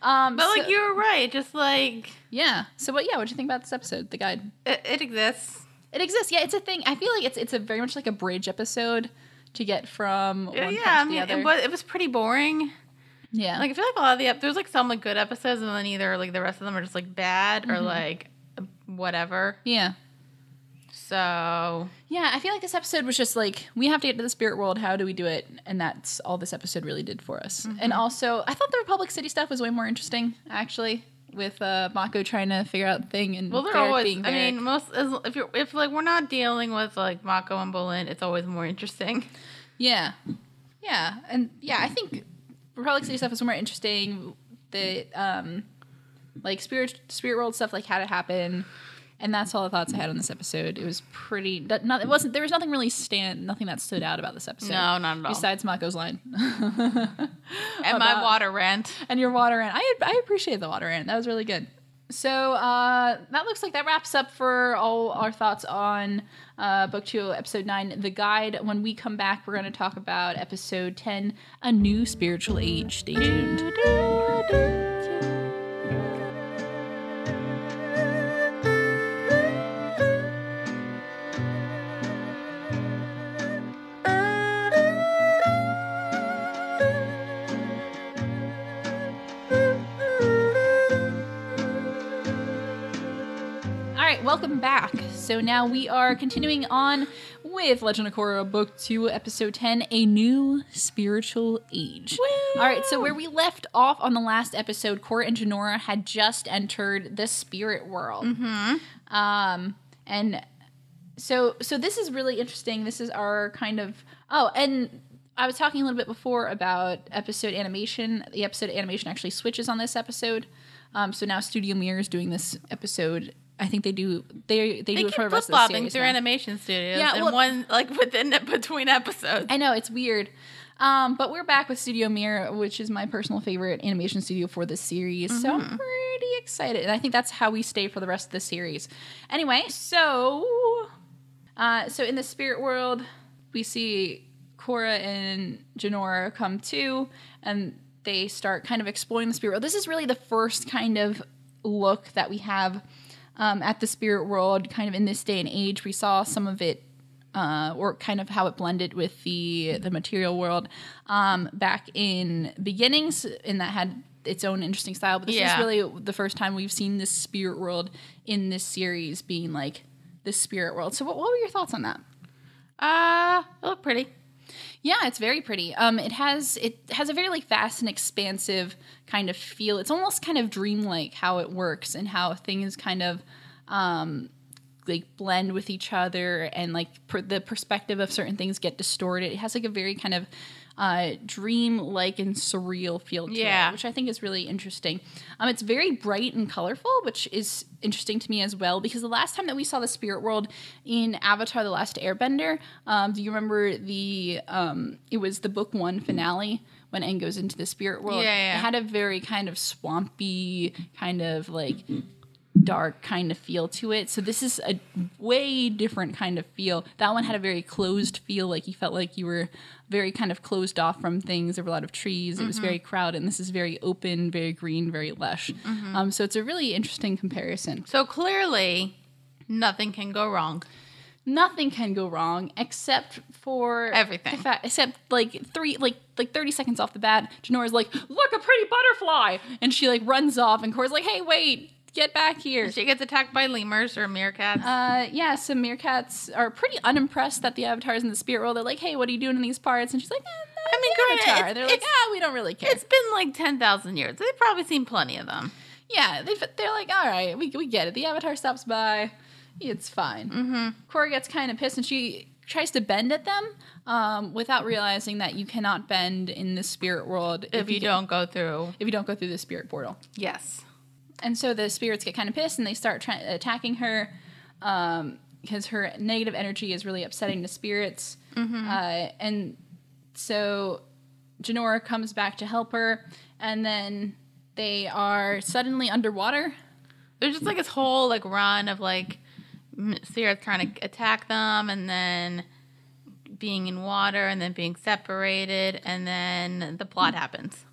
Speaker 1: Um,
Speaker 2: But
Speaker 1: so-
Speaker 2: like you were right, just like
Speaker 1: yeah. So what? Yeah, what do you think about this episode? The guide.
Speaker 2: it, it exists.
Speaker 1: It exists. Yeah, it's a thing. I feel like it's it's a very much like a bridge episode to get from one
Speaker 2: Yeah,
Speaker 1: yeah,
Speaker 2: I
Speaker 1: to
Speaker 2: mean,
Speaker 1: the other.
Speaker 2: it was it was pretty boring.
Speaker 1: yeah,
Speaker 2: Like I feel like a lot of the ep- there's like some like good episodes, and then either like the rest of them are just like bad or like whatever.
Speaker 1: yeah,
Speaker 2: So
Speaker 1: yeah. I feel like this episode was just like we have to get to the spirit world. How do we do it? And that's all this episode really did for us.
Speaker 2: Mm-hmm.
Speaker 1: And also, I thought the Republic City stuff was way more interesting actually. With uh, Mako trying to figure out the thing and
Speaker 2: well, they're
Speaker 1: Varric
Speaker 2: always.
Speaker 1: being
Speaker 2: I
Speaker 1: Varric.
Speaker 2: mean, most as, if you're if like we're not dealing with like Mako and Bolin, it's always more interesting.
Speaker 1: Yeah. Yeah. And yeah, I think Republic City stuff is more interesting. The um like spirit spirit world stuff like how to happen. And that's all the thoughts I had on this episode. It was pretty that not it wasn't there was nothing really stand nothing that stood out about this episode.
Speaker 2: No, not at all.
Speaker 1: Besides Mako's line.
Speaker 2: and my
Speaker 1: about-
Speaker 2: water rent.
Speaker 1: and your water in. I I appreciate the water in. That was really good. So uh, that looks like that wraps up for all our thoughts on uh, book two, episode nine, the guide. When we come back, we're going to talk about episode ten, a new spiritual age. Stay tuned. All right, welcome back. So now we are continuing on with Legend of Korra, Book 2, Episode 10, A New Spiritual Age. All right, so where we left off on the last episode, Korra and Janora had just entered the spirit world. Um, and so so this is really interesting. This is our kind of oh, and I was talking a little bit before about episode animation. The episode animation actually switches on this episode. Um, so now Studio Mirror is doing this episode. I think they do they they,
Speaker 2: They
Speaker 1: do it
Speaker 2: keep
Speaker 1: for the
Speaker 2: flip
Speaker 1: rest of the
Speaker 2: flopping
Speaker 1: series.
Speaker 2: through
Speaker 1: now.
Speaker 2: animation studios
Speaker 1: Yeah,
Speaker 2: and
Speaker 1: well-
Speaker 2: one like within <laughs> between episodes.
Speaker 1: I know it's weird. Um, but we're back with Studio Mirror, which is my personal favorite animation studio for this series. So I'm pretty excited. And I think that's how we stay for the rest of the series. Anyway, so uh, so in the spirit world, we see Korra and Janora come to, and they start kind of exploring the spirit world. This is really the first kind of look that we have um, at the spirit world, kind of in this day and age. We saw some of it, uh, or kind of how it blended with the the material world um, back in beginnings, and that had its own interesting style. But this
Speaker 2: Yeah.
Speaker 1: is really the first time we've seen this spirit world in this series being like the spirit world. So, what, what were your thoughts on that?
Speaker 2: Uh, it looked pretty.
Speaker 1: Yeah, it's very pretty. Um, it has it has a very like vast and expansive kind of feel. It's almost kind of dreamlike how it works and how things kind of um, like blend with each other and like per- the perspective of certain things get distorted. It has like a very kind of uh, dream-like and surreal feel to
Speaker 2: Yeah.
Speaker 1: it, which I think is really interesting. Um, it's very bright and colorful, which is interesting to me as well because the last time that we saw the spirit world in Avatar: The Last Airbender, um, do you remember the? Um, it was the book one finale when Aang goes into the spirit world.
Speaker 2: Yeah, yeah.
Speaker 1: It had a very kind of swampy, kind of like dark kind of feel to it. So this is a way different kind of feel. That one had a very closed feel, like you felt like you were very kind of closed off from things. There were a lot of trees. It was
Speaker 2: Mm-hmm.
Speaker 1: very crowded, and this is very open, very green, very lush.
Speaker 2: Mm-hmm.
Speaker 1: Um, so it's a really interesting comparison.
Speaker 2: So clearly, nothing can go wrong.
Speaker 1: Nothing can go wrong except for
Speaker 2: Everything.
Speaker 1: the fact- except like three, like like thirty seconds off the bat, Janora's like, "Look, a pretty butterfly," and she like runs off, and Cora's like, "Hey, wait." Get back here!
Speaker 2: She gets attacked by lemurs or meerkats.
Speaker 1: Uh, yeah, some meerkats are pretty unimpressed that the avatars in the spirit world. They're like, "Hey, what are you doing in these parts?" And she's like, eh, "I
Speaker 2: mean, granted,
Speaker 1: avatar."
Speaker 2: it's-
Speaker 1: they're like,
Speaker 2: it's-
Speaker 1: "Ah, we don't really care."
Speaker 2: it's been like ten thousand years. They've probably seen plenty of them.
Speaker 1: Yeah, they, f- they're like, "All right, we we get it." The avatar stops by, it's fine. Mm-hmm. Korra gets kind of pissed, and she tries to bend at them um, without realizing that you cannot bend in the spirit world
Speaker 2: If you
Speaker 1: do-
Speaker 2: don't go through,
Speaker 1: if you don't go through the spirit portal.
Speaker 2: yes,
Speaker 1: and so the spirits get kind of pissed and they start try- attacking her because her negative energy is really upsetting the spirits
Speaker 2: Mm-hmm.
Speaker 1: uh, and so janora comes back to help her and then they are suddenly underwater
Speaker 2: there's just like this whole like run of like m- spirits trying to attack them, and then being in water and then being separated, and then the plot happens.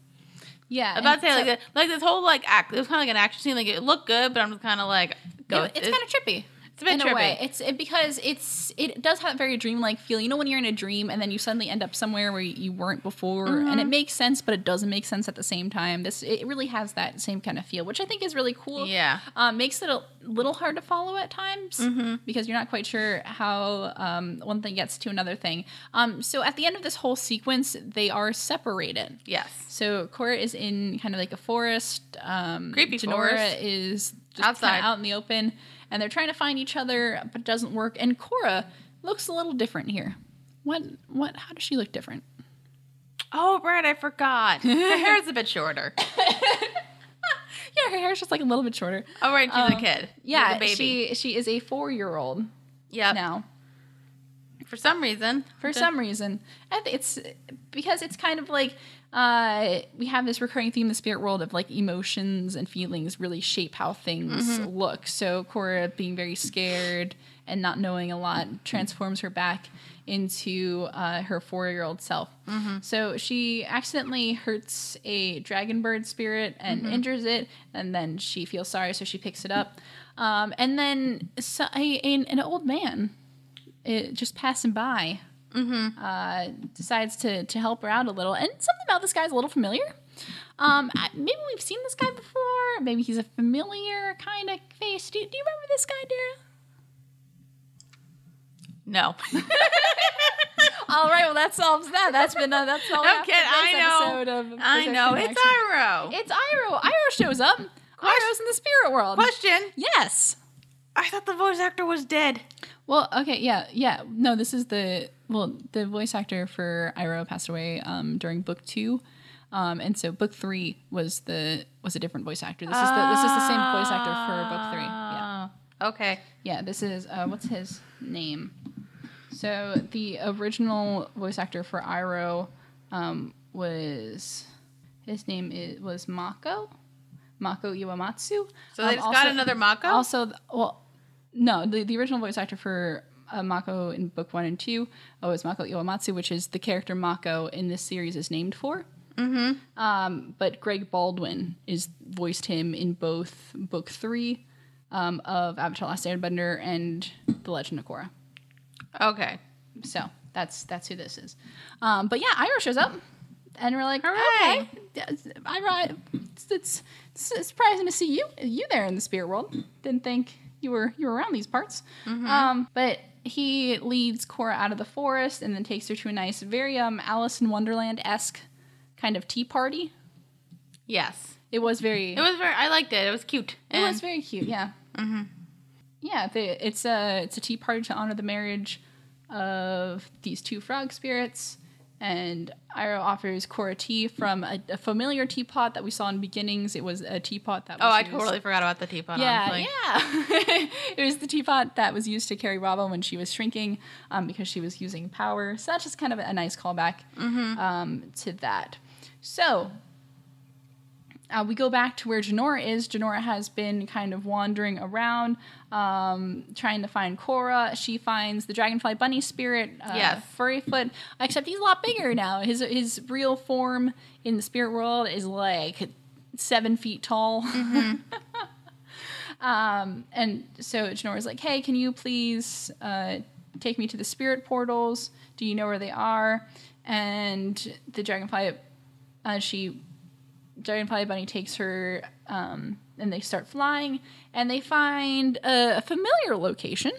Speaker 1: Yeah.
Speaker 2: I'm
Speaker 1: and
Speaker 2: about to say
Speaker 1: so-
Speaker 2: like uh, that- like this whole like act. It was kind of like an action scene. Like it looked good, but I'm just kind of like go.
Speaker 1: it- it's kind of trippy.
Speaker 2: it's a bit
Speaker 1: in
Speaker 2: trippy.
Speaker 1: a way. It's it, because it's it does have a very dreamlike feel. You know when you're in a dream and then you suddenly end up somewhere where you weren't before, and it
Speaker 2: Mm-hmm.
Speaker 1: makes sense, but it doesn't make sense at the same time. This it really has that same kind of feel, which I think is really cool.
Speaker 2: Yeah.
Speaker 1: um, makes it a little hard to follow at times
Speaker 2: Mm-hmm.
Speaker 1: because you're not quite sure how um, one thing gets to another thing. Um, so at the end of this whole sequence, they are separated.
Speaker 2: yes.
Speaker 1: So Cora is in kind of like a forest. Um,
Speaker 2: Creepy
Speaker 1: Denora
Speaker 2: forest.
Speaker 1: is just
Speaker 2: Outside.
Speaker 1: outside, out in the open, and they're trying to find each other, but it doesn't work. And Cora looks a little different here. What? What? How does she look different?
Speaker 2: Oh right, I <laughs> forgot. Her hair's a bit shorter.
Speaker 1: Yeah, her hair's just like a little bit shorter.
Speaker 2: Oh right, she's a
Speaker 1: Um,
Speaker 2: kid. She's
Speaker 1: Yeah,
Speaker 2: a baby.
Speaker 1: she she is a four year old
Speaker 2: yeah.
Speaker 1: now.
Speaker 2: For some reason.
Speaker 1: for some reason. I th- It's because it's kind of like uh, we have this recurring theme in the spirit world of like emotions and feelings really shape how things look. So Cora being very scared and not knowing a lot transforms her back into uh, her four-year-old self. So she accidentally hurts a dragon bird spirit and injures it, and then she feels sorry, so she picks it up. Um, and then so, a, an, an old man it, just passing by uh, decides to to help her out a little. And something about this guy's a little familiar. Um, I, maybe we've seen this guy before. Maybe he's a familiar kind of face. Do, do you remember this guy, Dara?
Speaker 2: <laughs> No. no
Speaker 1: All right, well that solves that. That's been uh, that's all.
Speaker 2: kid, I know. I know. It's
Speaker 1: Iro.
Speaker 2: Iro.
Speaker 1: uh, It's Iro. Iro shows up. Iro's in the spirit world.
Speaker 2: Question.
Speaker 1: Yes.
Speaker 2: I thought the voice actor was dead.
Speaker 1: Well, okay, yeah, yeah. No, this is the well, the voice actor for Iroh passed away um, during book two, um, and so book three was the was a different voice actor. This is the this is the same voice actor for book three. Yeah,
Speaker 2: Ah. Okay.
Speaker 1: yeah. This is uh, what's his name? So the original voice actor for Iroh um, was his name is, was Mako. Mako Iwamatsu.
Speaker 2: So they
Speaker 1: Um,
Speaker 2: just got
Speaker 1: also-
Speaker 2: another Mako.
Speaker 1: also, th- well, no, the, the original voice actor for uh, Mako in book one and two oh, is Mako Iwamatsu, which is the character Mako in this series is named for. Mm-hmm. Um, but Greg Baldwin is voiced him in both book three um, of Avatar: Last Airbender and The Legend of Korra.
Speaker 2: okay.
Speaker 1: So that's that's who this is. Um, but yeah, Iro shows up, and we're like,
Speaker 2: Hooray.
Speaker 1: okay, yes, Iro, it's, it's, it's surprising to see you you there in the spirit world. Didn't think you were you were around these parts.
Speaker 2: Mm-hmm.
Speaker 1: Um, but he leads Cora out of the forest and then takes her to a nice, very um, Alice in Wonderland esque kind of tea party.
Speaker 2: Yes.
Speaker 1: It was very
Speaker 2: It was very. I liked it. It was cute.
Speaker 1: it was
Speaker 2: And-
Speaker 1: very cute, yeah. Mm-hmm. Yeah, they, it's a it's a tea party to honor the marriage of these two frog spirits, and Iroh offers Cora tea from a, a familiar teapot that we saw in Beginnings. It was a teapot that was
Speaker 2: oh, I
Speaker 1: used-
Speaker 2: totally forgot about the teapot.
Speaker 1: yeah,
Speaker 2: honestly.
Speaker 1: yeah. <laughs> it was the teapot that was used to carry Rava when she was shrinking um, because she was using power. So that's just kind of a nice callback
Speaker 2: Mm-hmm.
Speaker 1: um, to that. So uh, we go back to where Janora is. Janora has been kind of wandering around, um, trying to find Korra. She finds the dragonfly bunny spirit, uh,
Speaker 2: Yes.
Speaker 1: Furryfoot. Except he's a lot bigger now. His his real form in the spirit world is like seven feet tall. <laughs> um, and so Janora's like, "Hey, can you please uh, take me to the spirit portals? Do you know where they are?" And the dragonfly, uh, she Dragonfly Bunny takes her, um, and they start flying, and they find a, a familiar location,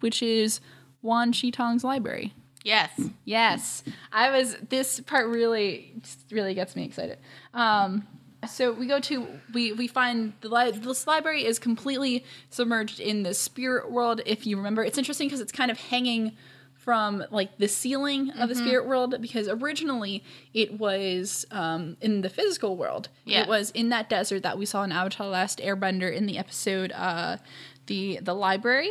Speaker 1: which is Wan Shitong's library.
Speaker 2: Yes.
Speaker 1: Yes, I was. This part really, just really gets me excited. Um, so we go to we we find the li- this library is completely submerged in the spirit world. If you remember, it's interesting because it's kind of hanging from like the ceiling of the spirit world because originally it was um, in the physical world.
Speaker 2: Yeah.
Speaker 1: It was in that desert that we saw in Avatar: The Last Airbender in the episode uh, the the library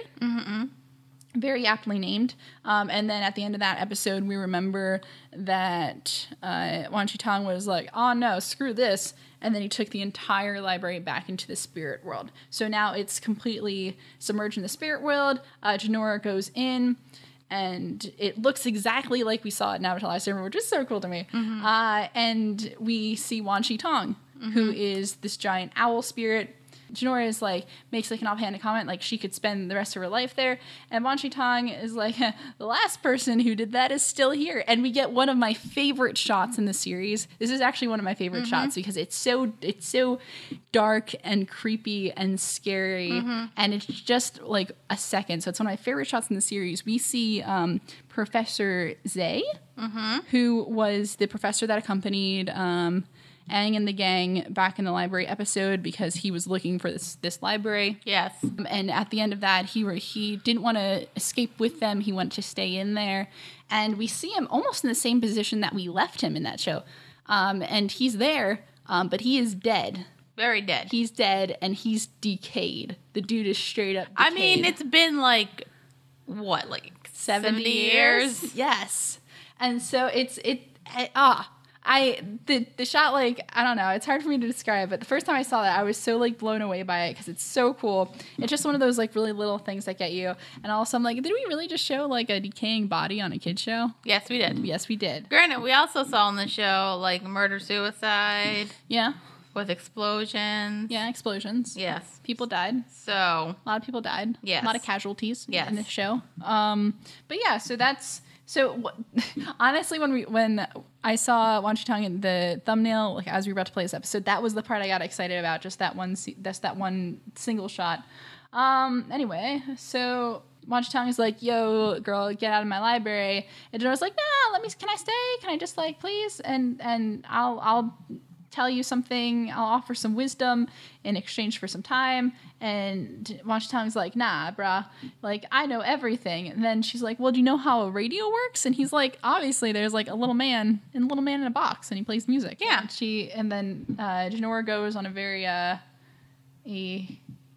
Speaker 1: very aptly named. Um, and then at the end of that episode, we remember that uh, Wan Chitang was like, oh no, screw this. And then he took the entire library back into the spirit world. So now it's completely submerged in the spirit world. Uh, Janora goes in and it looks exactly like we saw it in Avatar Last Airbender, which is so cool to me. Uh, and we see Wan Shi Tong, who is this giant owl spirit. Janora is like makes like an offhand comment like she could spend the rest of her life there, and Wan Shi Tong is like <laughs> the last person who did that is still here, and we get one of my favorite shots in the series. This is actually one of my favorite shots because it's so it's so dark and creepy and scary, and it's just like a second. So it's one of my favorite shots in the series. We see um, Professor Zay, who was the professor that accompanied. Um, Aang and the gang back in the library episode because he was looking for this this library.
Speaker 2: Yes.
Speaker 1: Um, And at the end of that, he re- he didn't want to escape with them. He wanted to stay in there, and we see him almost in the same position that we left him in that show. Um, and he's there, um, but he is dead.
Speaker 2: Very dead.
Speaker 1: He's dead, and he's decayed. The dude is straight up.
Speaker 2: I mean,
Speaker 1: decayed.
Speaker 2: it's been like what, like 70, years?
Speaker 1: Yes, and so it's it I- ah. I the the shot like I don't know it's hard for me to describe but the first time I saw that I was so like blown away by it because it's so cool it's just one of those like really little things that get you and also I'm like did we really just show like a decaying body on a kid show
Speaker 2: Yes, we did.
Speaker 1: yes we did
Speaker 2: Granted, we also saw on the show like murder suicide
Speaker 1: yeah
Speaker 2: with explosions.
Speaker 1: yeah explosions
Speaker 2: Yes.
Speaker 1: people died
Speaker 2: So
Speaker 1: A lot of people died.
Speaker 2: Yes.
Speaker 1: A lot of casualties
Speaker 2: Yes.
Speaker 1: in this show. Um, but yeah, so that's so. wh- <laughs> honestly, when we when I saw Wan Chitong in the thumbnail, like as we were about to play this episode, that was the part I got excited about. Just that one. se- That's that one single shot. Um, anyway, so Wan Chitong is like, "Yo, girl, get out of my library," and Jenora's like, "Nah, let me. Can I stay? Can I just like please?" And and I'll I'll tell you something, I'll offer some wisdom in exchange for some time. And Watch Tong's like, nah, bruh, like I know everything. And then she's like, well, do you know how a radio works? And he's like, obviously, there's like a little man and a little man in a box, and he plays music.
Speaker 2: Yeah.
Speaker 1: And she and then uh, Janora goes on a very uh, a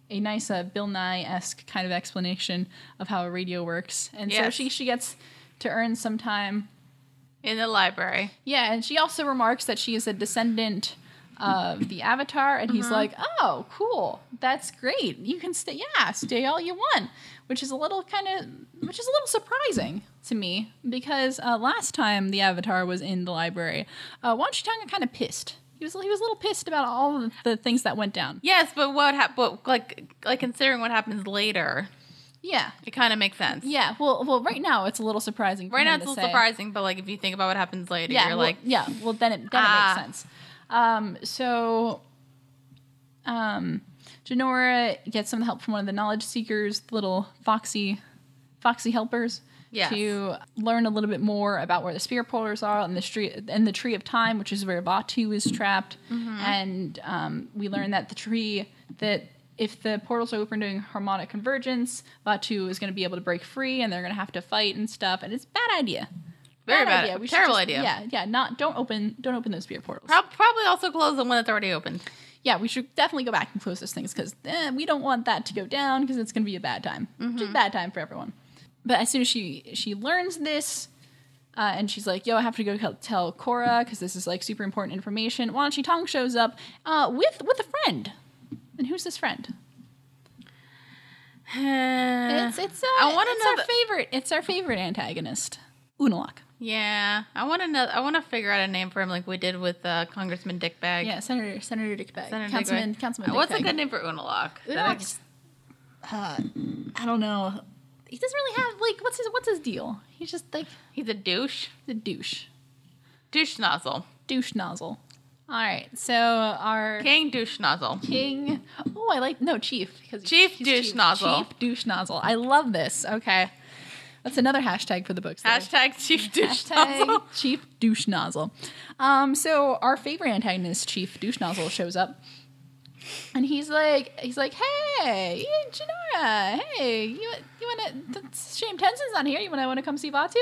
Speaker 1: a nice uh, Bill Nye esque kind of explanation of how a radio works, and so
Speaker 2: Yes.
Speaker 1: she she gets to earn some time
Speaker 2: in the library.
Speaker 1: yeah, and she also remarks that she is a descendant of the Avatar, and
Speaker 2: Mm-hmm.
Speaker 1: he's like, "Oh, cool, that's great. You can stay, yeah, stay all you want," which is a little kind of, which is a little surprising to me because uh, last time the Avatar was in the library, uh, Wan Chitanga kind of pissed. He was he was a little pissed about all of the things that went down.
Speaker 2: Yes, but what hap- but like like considering what happens later,
Speaker 1: Yeah,
Speaker 2: it kind of makes sense.
Speaker 1: yeah. Well, well, right now it's a little surprising. for
Speaker 2: Right now
Speaker 1: him
Speaker 2: it's a
Speaker 1: to
Speaker 2: little
Speaker 1: say.
Speaker 2: surprising, but like if you think about what happens later,
Speaker 1: yeah,
Speaker 2: you're
Speaker 1: well,
Speaker 2: like,
Speaker 1: yeah. Well, then it then
Speaker 2: Ah.
Speaker 1: it makes sense. Um, so, um, Janora gets some help from one of the knowledge seekers, little foxy, foxy helpers,
Speaker 2: Yes.
Speaker 1: to learn a little bit more about where the spear pullers are and the tree and the tree of time, which is where Batu is trapped.
Speaker 2: Mm-hmm.
Speaker 1: And um, we learn that the tree that if the portals are open during harmonic convergence, Batu is going to be able to break free, and they're going to have to fight and stuff. And it's a bad idea.
Speaker 2: very bad,
Speaker 1: We should
Speaker 2: terrible
Speaker 1: just-
Speaker 2: idea.
Speaker 1: Yeah, yeah. Not don't open don't open those beer portals.
Speaker 2: Prob- probably also close the one that's already open. <sighs>
Speaker 1: yeah, we should definitely go back and close those things because we don't want that to go down because it's going to be a bad time,
Speaker 2: Mm-hmm.
Speaker 1: just a bad time for everyone. But as soon as she she learns this, uh, and she's like, "Yo, I have to go tell, tell Cora because this is like super important information." Wan Shi Tong shows up uh, with with a friend, and who's this friend? It's it's uh,
Speaker 2: I wanna
Speaker 1: it's
Speaker 2: know
Speaker 1: our
Speaker 2: the-
Speaker 1: favorite. It's our favorite antagonist, Unalak.
Speaker 2: yeah, I want to know. I want to figure out a name for him, like we did with uh, Congressman Dickbag.
Speaker 1: Yeah, Senator Senator Dickbag,
Speaker 2: Senator Dickbag.
Speaker 1: Councilman Councilman.
Speaker 2: Uh, What's a
Speaker 1: Dickbag.
Speaker 2: good name for Unalak?
Speaker 1: Unox, uh, I don't know. He doesn't really have like what's his what's his deal? He's just like
Speaker 2: He's a douche.
Speaker 1: the douche,
Speaker 2: Douche nozzle.
Speaker 1: douche nozzle. All right, so our
Speaker 2: King douche
Speaker 1: <laughs>
Speaker 2: nozzle.
Speaker 1: king. Oh, I like no chief because
Speaker 2: Chief douche nozzle.
Speaker 1: Chief douche nozzle. I love this. Okay, that's another hashtag for the books. there.
Speaker 2: Hashtag chief douche
Speaker 1: Hashtag
Speaker 2: nozzle.
Speaker 1: Chief Douche Nozzle. Um, so our favorite antagonist, Chief Douche Nozzle, shows up, and he's like, he's like, "Hey, yeah, Janora, hey, you you want to? Shame Tenzin's not here. You want to want to come see Vatu?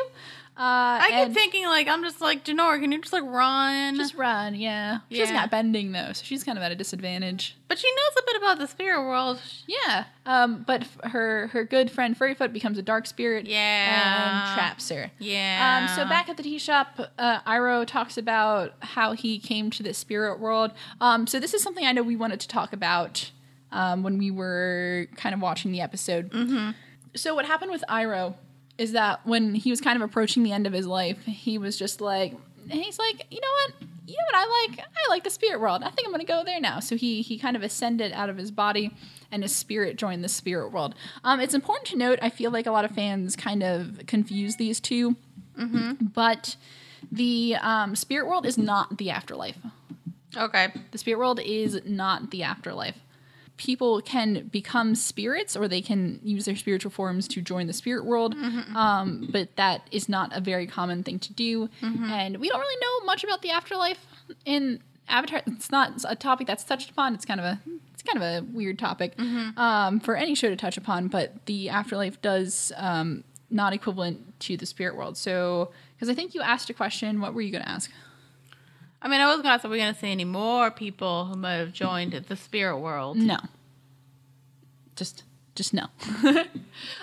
Speaker 1: Uh,
Speaker 2: I keep
Speaker 1: and
Speaker 2: thinking like I'm just like Janora. Can you just like run?
Speaker 1: just run, yeah. She's
Speaker 2: Yeah.
Speaker 1: not bending though, so she's kind of at a disadvantage.
Speaker 2: but she knows a bit about the spirit world.
Speaker 1: Yeah. Um, but f- her her good friend Furryfoot becomes a dark spirit,
Speaker 2: Yeah.
Speaker 1: and traps her.
Speaker 2: Yeah.
Speaker 1: Um, so back at the tea shop, uh, Iroh talks about how he came to the spirit world. Um, so this is something I know we wanted to talk about um, when we were kind of watching the episode. So what happened with Iroh is that when he was kind of approaching the end of his life, he was just like, he's like, you know what? You know what I like? I like the spirit world. I think I'm going to go there now. So he he kind of ascended out of his body and his spirit joined the spirit world. Um, it's important to note, I feel like a lot of fans kind of confuse these 2 But the um, spirit world is not the afterlife.
Speaker 2: Okay.
Speaker 1: The spirit world is not the afterlife. People can become spirits or they can use their spiritual forms to join the spirit world, um, but that is not a very common thing to do. And we don't really know much about the afterlife in Avatar. It's not a topic that's touched upon. It's kind of a it's kind of a weird topic um, for any show to touch upon, but the afterlife does um, not equivalent to the spirit world. So, because I think you asked a question, what were you going to ask?
Speaker 2: I mean, I was gonna ask, are we gonna see any more people who might have joined the spirit world?
Speaker 1: No. Just just no. <laughs>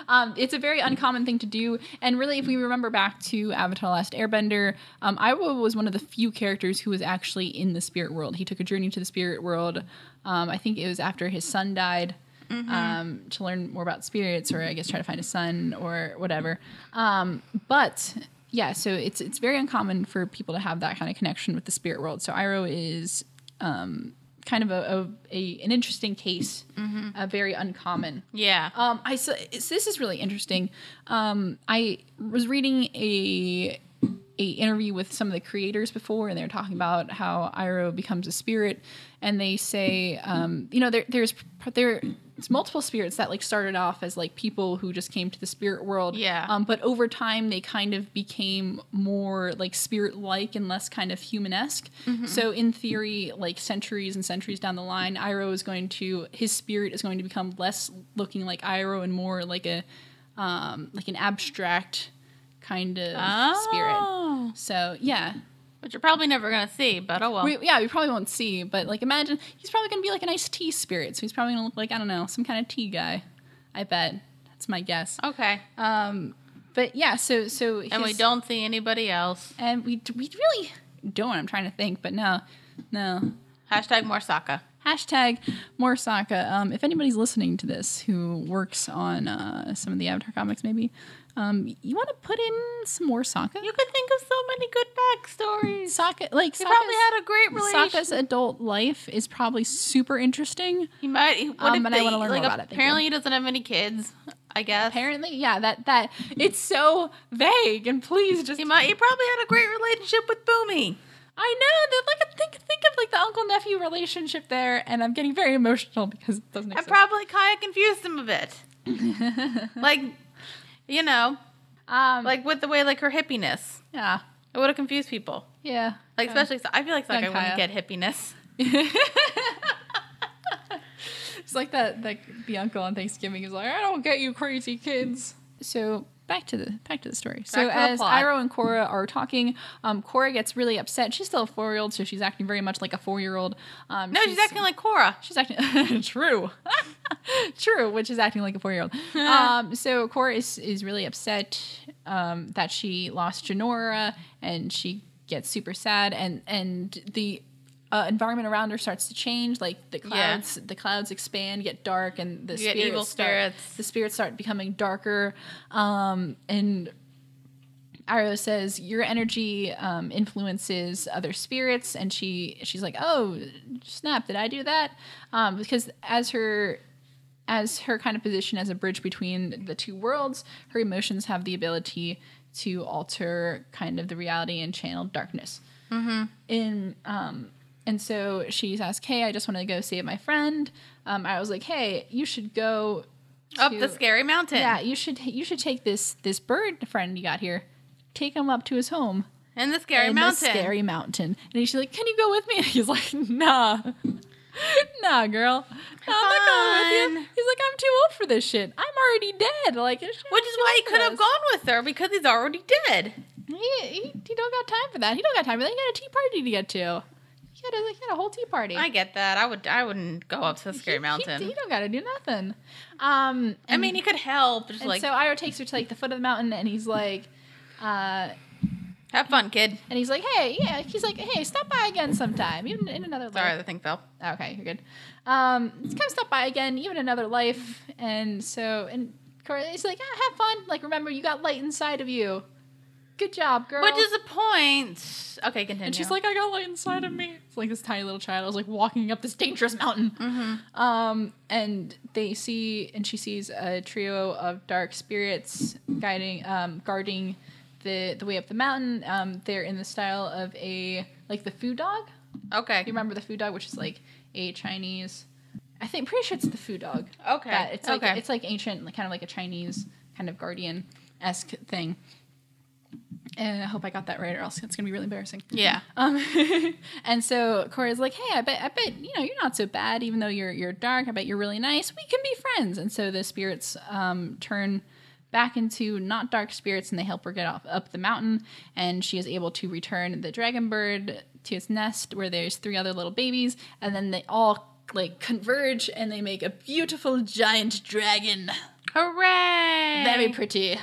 Speaker 1: um, it's a very uncommon thing to do, and really, if we remember back to Avatar: Last Airbender, um, Iroh was one of the few characters who was actually in the spirit world. He took a journey to the spirit world. Um, I think it was after his son died. Um, to learn more about spirits, or I guess try to find a son, or whatever. Um, but yeah, so it's it's very uncommon for people to have that kind of connection with the spirit world. So Iroh is kind of a, a, a an interesting case, a very uncommon.
Speaker 2: Yeah.
Speaker 1: Um, I so it's- this is really interesting. Um, I was reading a a interview with some of the creators before, and they were talking about how Iroh becomes a spirit, and they say, um, you know, there, there's there. It's multiple spirits that like started off as like people who just came to the spirit world.
Speaker 2: Yeah.
Speaker 1: Um, but over time, they kind of became more like spirit like and less kind of human esque. So, in theory, like centuries and centuries down the line, Iroh is going to, his spirit is going to become less looking like Iroh and more like a, um, like an abstract kind of spirit.
Speaker 2: Oh.
Speaker 1: So, yeah.
Speaker 2: Which you're probably never gonna see, but oh well.
Speaker 1: We, yeah, we probably won't see, but like imagine he's probably going to be like an iced tea spirit. So, he's probably going to look like, I don't know, some kind of tea guy. I bet. That's my guess. Um,
Speaker 2: okay.
Speaker 1: But yeah, so, so.
Speaker 2: and we
Speaker 1: his-
Speaker 2: don't see anybody else.
Speaker 1: And we we really don't. I'm trying to think, but no, no.
Speaker 2: Hashtag more Sokka.
Speaker 1: Hashtag more Sokka. Um, if anybody's listening to this who works on uh, some of the Avatar comics, maybe um, you want to put in some more Sokka.
Speaker 2: You could think of so many good backstories.
Speaker 1: Sokka, like
Speaker 2: He probably had a great relation.
Speaker 1: Sokka's adult life is probably super interesting.
Speaker 2: He might. he- What
Speaker 1: Um,
Speaker 2: if
Speaker 1: but I
Speaker 2: they-
Speaker 1: wanna learn
Speaker 2: like,
Speaker 1: more about it. Thank you.
Speaker 2: Apparently, he doesn't have any kids. I guess.
Speaker 1: Apparently, yeah, that that it's so vague. And please just
Speaker 2: He might. He probably had a great relationship with Boomy.
Speaker 1: I know that like think think of like the uncle nephew relationship there, and I'm getting very emotional because it doesn't.
Speaker 2: And
Speaker 1: Exist.
Speaker 2: probably Kaya confused him a bit. like, you know,
Speaker 1: <laughs> um,
Speaker 2: like with the way like her hippiness,
Speaker 1: yeah,
Speaker 2: it would have confused people.
Speaker 1: yeah.
Speaker 2: Like
Speaker 1: Okay.
Speaker 2: especially, I feel like
Speaker 1: Young
Speaker 2: Sokka wouldn't
Speaker 1: Kaya.
Speaker 2: get hippiness. <laughs>
Speaker 1: It's like that that the uncle on Thanksgiving is like, I don't get you crazy kids. So back to the back to the story. so
Speaker 2: to the
Speaker 1: as
Speaker 2: plot.
Speaker 1: Iroh and Cora are talking, um, Cora gets really upset. She's still a four year old, so she's acting very much like a four year old. Um,
Speaker 2: No, she's, acting like Korra.
Speaker 1: She's acting <laughs> true, true, which is acting like a four-year-old. um, so Cora is, is really upset um, that she lost Janora, and she gets super sad, and and the uh, environment around her starts to change. Like the clouds, the clouds expand, get dark, and the
Speaker 2: get
Speaker 1: spirits
Speaker 2: evil
Speaker 1: start-
Speaker 2: spirits.
Speaker 1: The spirits start becoming darker, um, and Iroh says your energy um, influences other spirits, and she she's like, oh snap, did I do that? Um, because as her as her kind of position as a bridge between the two worlds, her emotions have the ability to alter kind of the reality and channel darkness. Mm-hmm. In um, and so she's asked, hey, I just want to go save my friend. Um, I was like, hey, you should go
Speaker 2: Up
Speaker 1: to-
Speaker 2: the scary mountain.
Speaker 1: yeah, you should you should take this this bird friend you got here, take him up to his home
Speaker 2: In the scary
Speaker 1: in the
Speaker 2: mountain.
Speaker 1: scary mountain. And she's like, "Can you go with me?" <laughs> And he's like, "Nah, <laughs> nah, girl, nah, I'm not going with
Speaker 2: Fine.
Speaker 1: you." He's like, "I'm too old for this shit. I'm already dead." Like,
Speaker 2: Which is why he could have gone with her because he's already dead.
Speaker 1: He, he, he don't got time for that. He don't got time for that. He got a tea party to get to. He had a, he had a whole tea party.
Speaker 2: I get that. I would. I wouldn't go up to the
Speaker 1: He-
Speaker 2: scary
Speaker 1: he-
Speaker 2: mountain.
Speaker 1: He, don't got to do nothing. Um,
Speaker 2: I mean, he could help. Just
Speaker 1: and
Speaker 2: like
Speaker 1: so Iro takes her to like the foot of the mountain, and he's like, uh.
Speaker 2: have fun, kid.
Speaker 1: And he's like, hey, yeah. He's like, hey, stop by again sometime, even in another
Speaker 2: Sorry,
Speaker 1: life.
Speaker 2: the thing fell.
Speaker 1: Okay, you're good. Um, come stop by again, even another life. And so, and Cor- He's like, ah, have fun. Like, remember, you got light inside of you. Good job, girl.
Speaker 2: Which is the point? Okay, continue.
Speaker 1: and she's like, I got light inside of me. It's like this tiny little child. I was like walking up this dangerous mountain. Um, and they see, and she sees a trio of dark spirits guiding, um, guarding the the way up the mountain. Um, they're in the style of a like the food dog. You
Speaker 2: okay,
Speaker 1: remember the food dog, which is like a Chinese. I think pretty sure it's the food dog.
Speaker 2: okay,
Speaker 1: That it's like
Speaker 2: okay.
Speaker 1: it's like ancient, like kind of like a Chinese kind of guardian esque thing. And I hope I got that right, or else it's gonna be really embarrassing. <laughs>
Speaker 2: yeah,
Speaker 1: Um, and so Cora's like, "Hey, I bet, I bet you know you're not so bad, even though you're you're dark. I bet you're really nice. We can be friends." And so the spirits um, turn back into not dark spirits, and they help her get off up the mountain. And she is able to return the dragon bird to its nest, where there's three other little babies, and then they all like converge and they make a beautiful giant dragon.
Speaker 2: hooray!
Speaker 1: Very pretty.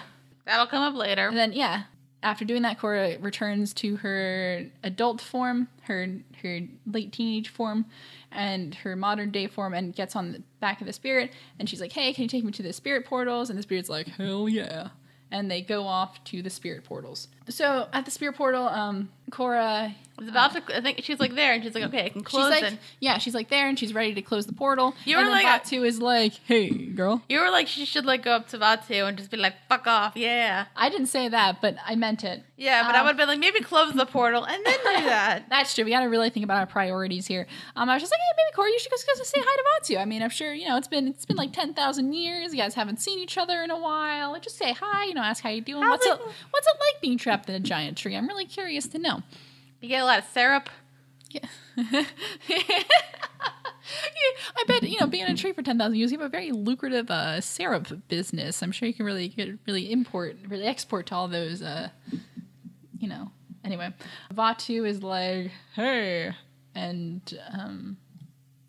Speaker 2: That'll come up later.
Speaker 1: And then yeah, after doing that, Cora returns to her adult form, her her late teenage form, and her modern day form, and gets on the back of the spirit. And she's like, "Hey, can you take me to the spirit portals?" And the spirit's like, "Hell yeah!" And they go off to the spirit portals. So at the spirit portal, um, Cora
Speaker 2: It's about to. I think she's like there, and she's like, okay, I can close
Speaker 1: uh, she's like,
Speaker 2: it.
Speaker 1: yeah, she's like there, and she's ready to close the portal.
Speaker 2: You
Speaker 1: and
Speaker 2: were
Speaker 1: then
Speaker 2: like- uh
Speaker 1: Batu is like, "Hey, girl."
Speaker 2: You were like, she should like go up to Vatu and just be like, fuck off, yeah,
Speaker 1: I didn't say that, but I meant it.
Speaker 2: yeah. But I
Speaker 1: Um,
Speaker 2: would have been like, maybe close the portal and
Speaker 1: <laughs>
Speaker 2: then do that.
Speaker 1: That's true. We got to really think about our priorities here. Um, I was just like, hey, baby Corey, you should go, go say hi to Matsu. I mean, I'm sure you know it's been it's been like ten thousand years. You guys haven't seen each other in a while. Like, Just say hi. You know, ask how you doing.
Speaker 2: How's
Speaker 1: what's it
Speaker 2: it-
Speaker 1: What's it like being trapped in a giant tree? I'm really curious to know.
Speaker 2: You get a lot of syrup.
Speaker 1: Yeah. I bet you know being in a tree for ten thousand years. You have a very lucrative uh, syrup business. I'm sure you can really get really import, really export to all those. Uh, you know. Anyway, Vatu is like, hey, and um,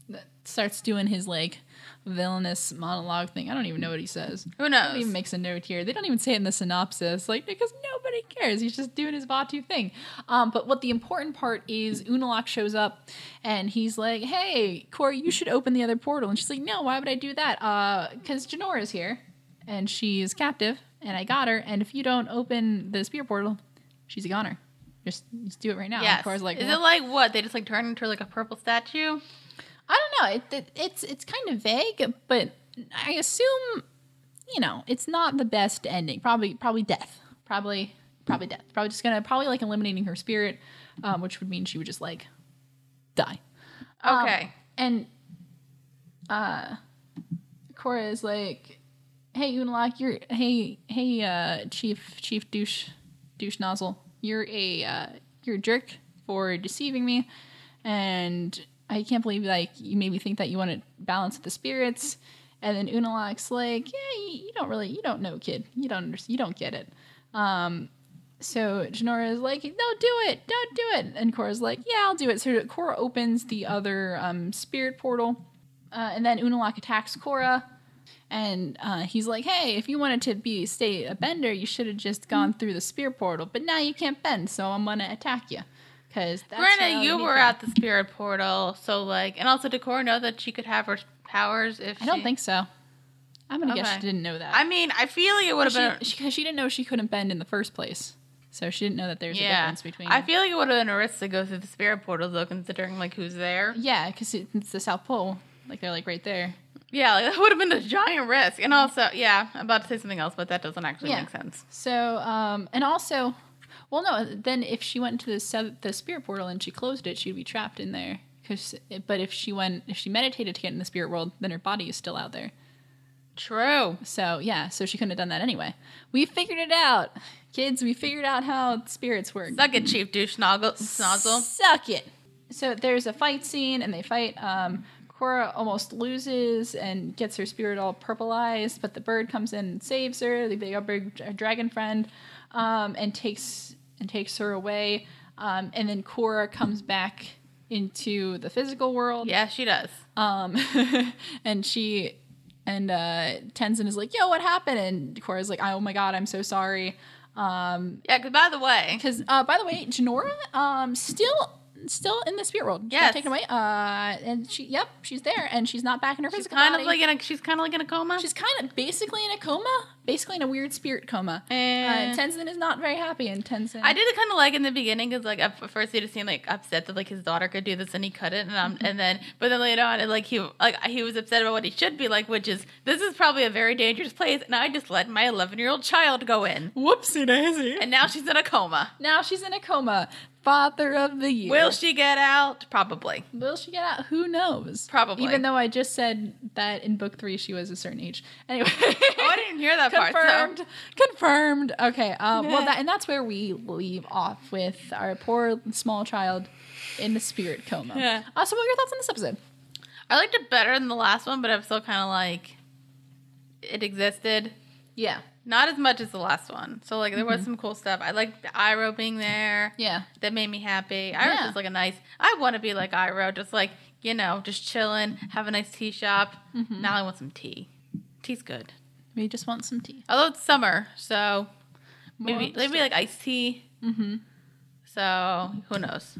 Speaker 1: that starts doing his like villainous monologue thing. I don't even know what he says.
Speaker 2: Who
Speaker 1: Nobody even
Speaker 2: knows?
Speaker 1: makes a note here. They don't even say it in the synopsis, like because nobody cares. He's just doing his Vatu thing. Um, but what the important part is, Unalak shows up, and he's like, "Hey, Corey, you should open the other portal." And she's like, "No, why would I do that? Because Janora is here, and she's captive, and I got her. And if you don't open the spear portal, she's a goner. Just, just do it right now." And
Speaker 2: Yes.
Speaker 1: Cora's like,
Speaker 2: Is
Speaker 1: "Well,
Speaker 2: it like what? They just like turn into like a purple statue?
Speaker 1: I don't know. It, it, it's it's kind of vague, but I assume you know it's not the best ending. Probably probably death. Probably probably death. Probably just gonna probably like eliminating her spirit, um, which would mean she would just like die. Um,
Speaker 2: Okay.
Speaker 1: and uh, Cora is like, "Hey Unlock, you're hey hey uh chief chief douche douche nozzle. You're a uh, you're a jerk for deceiving me, and I can't believe like you made me think that you want to balance the spirits." And then Unalak's like, "Yeah, you, you don't really you don't know, kid. You don't understand. You don't get it." So Janora is like, no, do it, don't do it. And Cora's like, yeah, I'll do it. So Cora opens the other um, spirit portal, uh, and then Unalak attacks Cora, and uh, he's like, hey, if you wanted to be stay a bender, you should have just gone
Speaker 2: Mm-hmm.
Speaker 1: through the spirit portal. But now you can't bend, so I'm gonna attack you. Because
Speaker 2: Granted, you were at the spirit portal, so like, and also did Cora know that she could have her powers if
Speaker 1: I don't
Speaker 2: she-
Speaker 1: think so. I'm gonna guess
Speaker 2: Okay.
Speaker 1: she didn't know that.
Speaker 2: I mean, I feel like it would have
Speaker 1: she,
Speaker 2: been.
Speaker 1: she, 'cause she didn't know she couldn't bend in the first place, so she didn't know that there's a
Speaker 2: yeah,
Speaker 1: difference between.
Speaker 2: I feel like it would have been a risk to go through the spirit portal though, considering like who's there.
Speaker 1: yeah, because it's the South Pole. Like they're like right there.
Speaker 2: Yeah, like, that would have been a giant risk, and also, yeah, I'm about to say something else, but that doesn't actually
Speaker 1: Yeah.
Speaker 2: make sense.
Speaker 1: So, um, and also, well, no. Then if she went to the sev- the spirit portal and she closed it, she'd be trapped in there. Cause, eh, but if she went, if she meditated to get in the spirit world, then her body is still out there.
Speaker 2: True.
Speaker 1: So yeah, so she couldn't have done that anyway. We figured it out, kids. We figured out how spirits work.
Speaker 2: Suck it, Chief Douche Noggle- Snozzle.
Speaker 1: Suck it. So there's a fight scene, and they fight. Um, Cora almost loses and gets her spirit all purpleized, but the bird comes in and saves her. They got big a dragon friend, um, and takes and takes her away. Um, and then Cora comes back into the physical world.
Speaker 2: Yeah, she does.
Speaker 1: Um, <laughs> and she and uh, Tenzin is like, "Yo, what happened?" And Cora's like, "Oh my god, I'm so sorry."
Speaker 2: Yeah, because by the way,
Speaker 1: Because uh, by the way, Janora um, still still in the spirit world. She got
Speaker 2: Yes.
Speaker 1: taken away. Uh, and she, yep, she's there, and she's not back in her
Speaker 2: She's
Speaker 1: physical
Speaker 2: kind
Speaker 1: body.
Speaker 2: of like in a she's kind of like in a coma.
Speaker 1: she's kind of basically in a coma, basically in a weird spirit coma.
Speaker 2: Eh.
Speaker 1: Uh, Tenzin is not very happy, and Tenzin.
Speaker 2: I did kind of like in the beginning because like at first he just seemed like upset that like his daughter could do this and he couldn't and um and then but then later on and like he like he was upset about what he should be like which is this is probably a very dangerous place and I just let my 11 year old child go in
Speaker 1: Whoopsie daisy.
Speaker 2: and now she's in a coma.
Speaker 1: Now she's in a coma. Father of the year.
Speaker 2: Will she get out? Probably.
Speaker 1: Will she get out? Who knows?
Speaker 2: Probably.
Speaker 1: Even though I just said that in book three she was a certain age. Anyway.
Speaker 2: <laughs> Oh, I didn't hear that part.
Speaker 1: confirmed.
Speaker 2: So.
Speaker 1: Confirmed. Okay. Uh, well,
Speaker 2: <laughs>
Speaker 1: that and that's where we leave off with our poor small child in the spirit coma.
Speaker 2: Yeah.
Speaker 1: Uh, so, what were your thoughts on this episode?
Speaker 2: I liked it better than the last one, but I'm still kind of like it existed.
Speaker 1: Yeah.
Speaker 2: Not as much as the last one. So like there was some cool stuff. I liked Iro being there.
Speaker 1: Yeah.
Speaker 2: That made me happy. I was
Speaker 1: Yeah.
Speaker 2: just like a nice. I want to be like Iro, just like you know, just chilling, have a nice tea shop.
Speaker 1: Mm-hmm.
Speaker 2: Now I want some tea. Tea's good.
Speaker 1: We just want some tea.
Speaker 2: Although it's summer, so maybe
Speaker 1: Moist.
Speaker 2: maybe like iced tea. Mm-hmm. So who knows?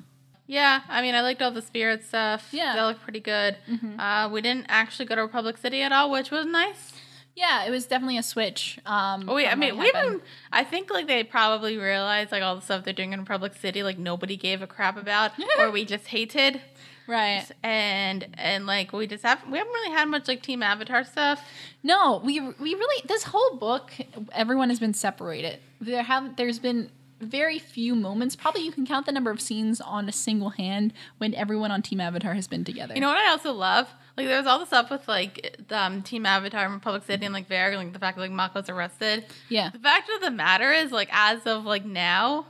Speaker 2: Yeah, I mean, I liked all the spirit stuff.
Speaker 1: Yeah. Mm-hmm.
Speaker 2: that looked pretty good. Uh, we didn't actually go to Republic City at all, which was nice.
Speaker 1: Yeah, it was definitely a switch. Um,
Speaker 2: Oh, wait, I
Speaker 1: from
Speaker 2: mean,
Speaker 1: what
Speaker 2: we
Speaker 1: happened.
Speaker 2: even. I think like they probably realized like all the stuff they're doing in Republic City, like nobody gave a
Speaker 1: <laughs>
Speaker 2: crap about, or we just hated.
Speaker 1: right.
Speaker 2: And and like we just haven't we haven't really had much like Team Avatar stuff.
Speaker 1: No, we we really this whole book everyone has been separated. There have there's been very few moments. Probably you can count the number of scenes on a single hand when everyone on Team Avatar has been together.
Speaker 2: You know what I also love? Like there was all the stuff with like the um, Team Avatar and Republic City and like Varric, and, like the fact that like Mako's arrested.
Speaker 1: yeah.
Speaker 2: The fact of the matter is like as of like now,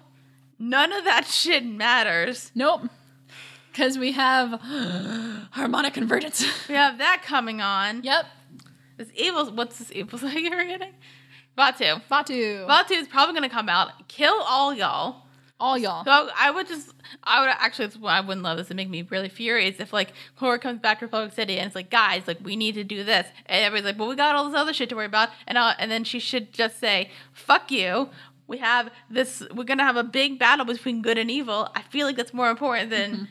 Speaker 2: none of that <laughs> shit matters.
Speaker 1: Nope. Cuz we have <gasps> harmonic convergence.
Speaker 2: We have that coming on.
Speaker 1: yep.
Speaker 2: This evil what's this evil <laughs> thing you're forgetting? Batu.
Speaker 1: Batu.
Speaker 2: Batu is probably gonna come out, kill all y'all.
Speaker 1: All y'all.
Speaker 2: So I, I would just, I would actually, it's, I wouldn't love this. It'd make me really furious if like Cora comes back to Republic City and it's like, guys, like we need to do this, and everybody's like, well, we got all this other shit to worry about, and I'll, and then she should just say, fuck you. We have this. We're gonna have a big battle between good and evil. I feel like that's more important than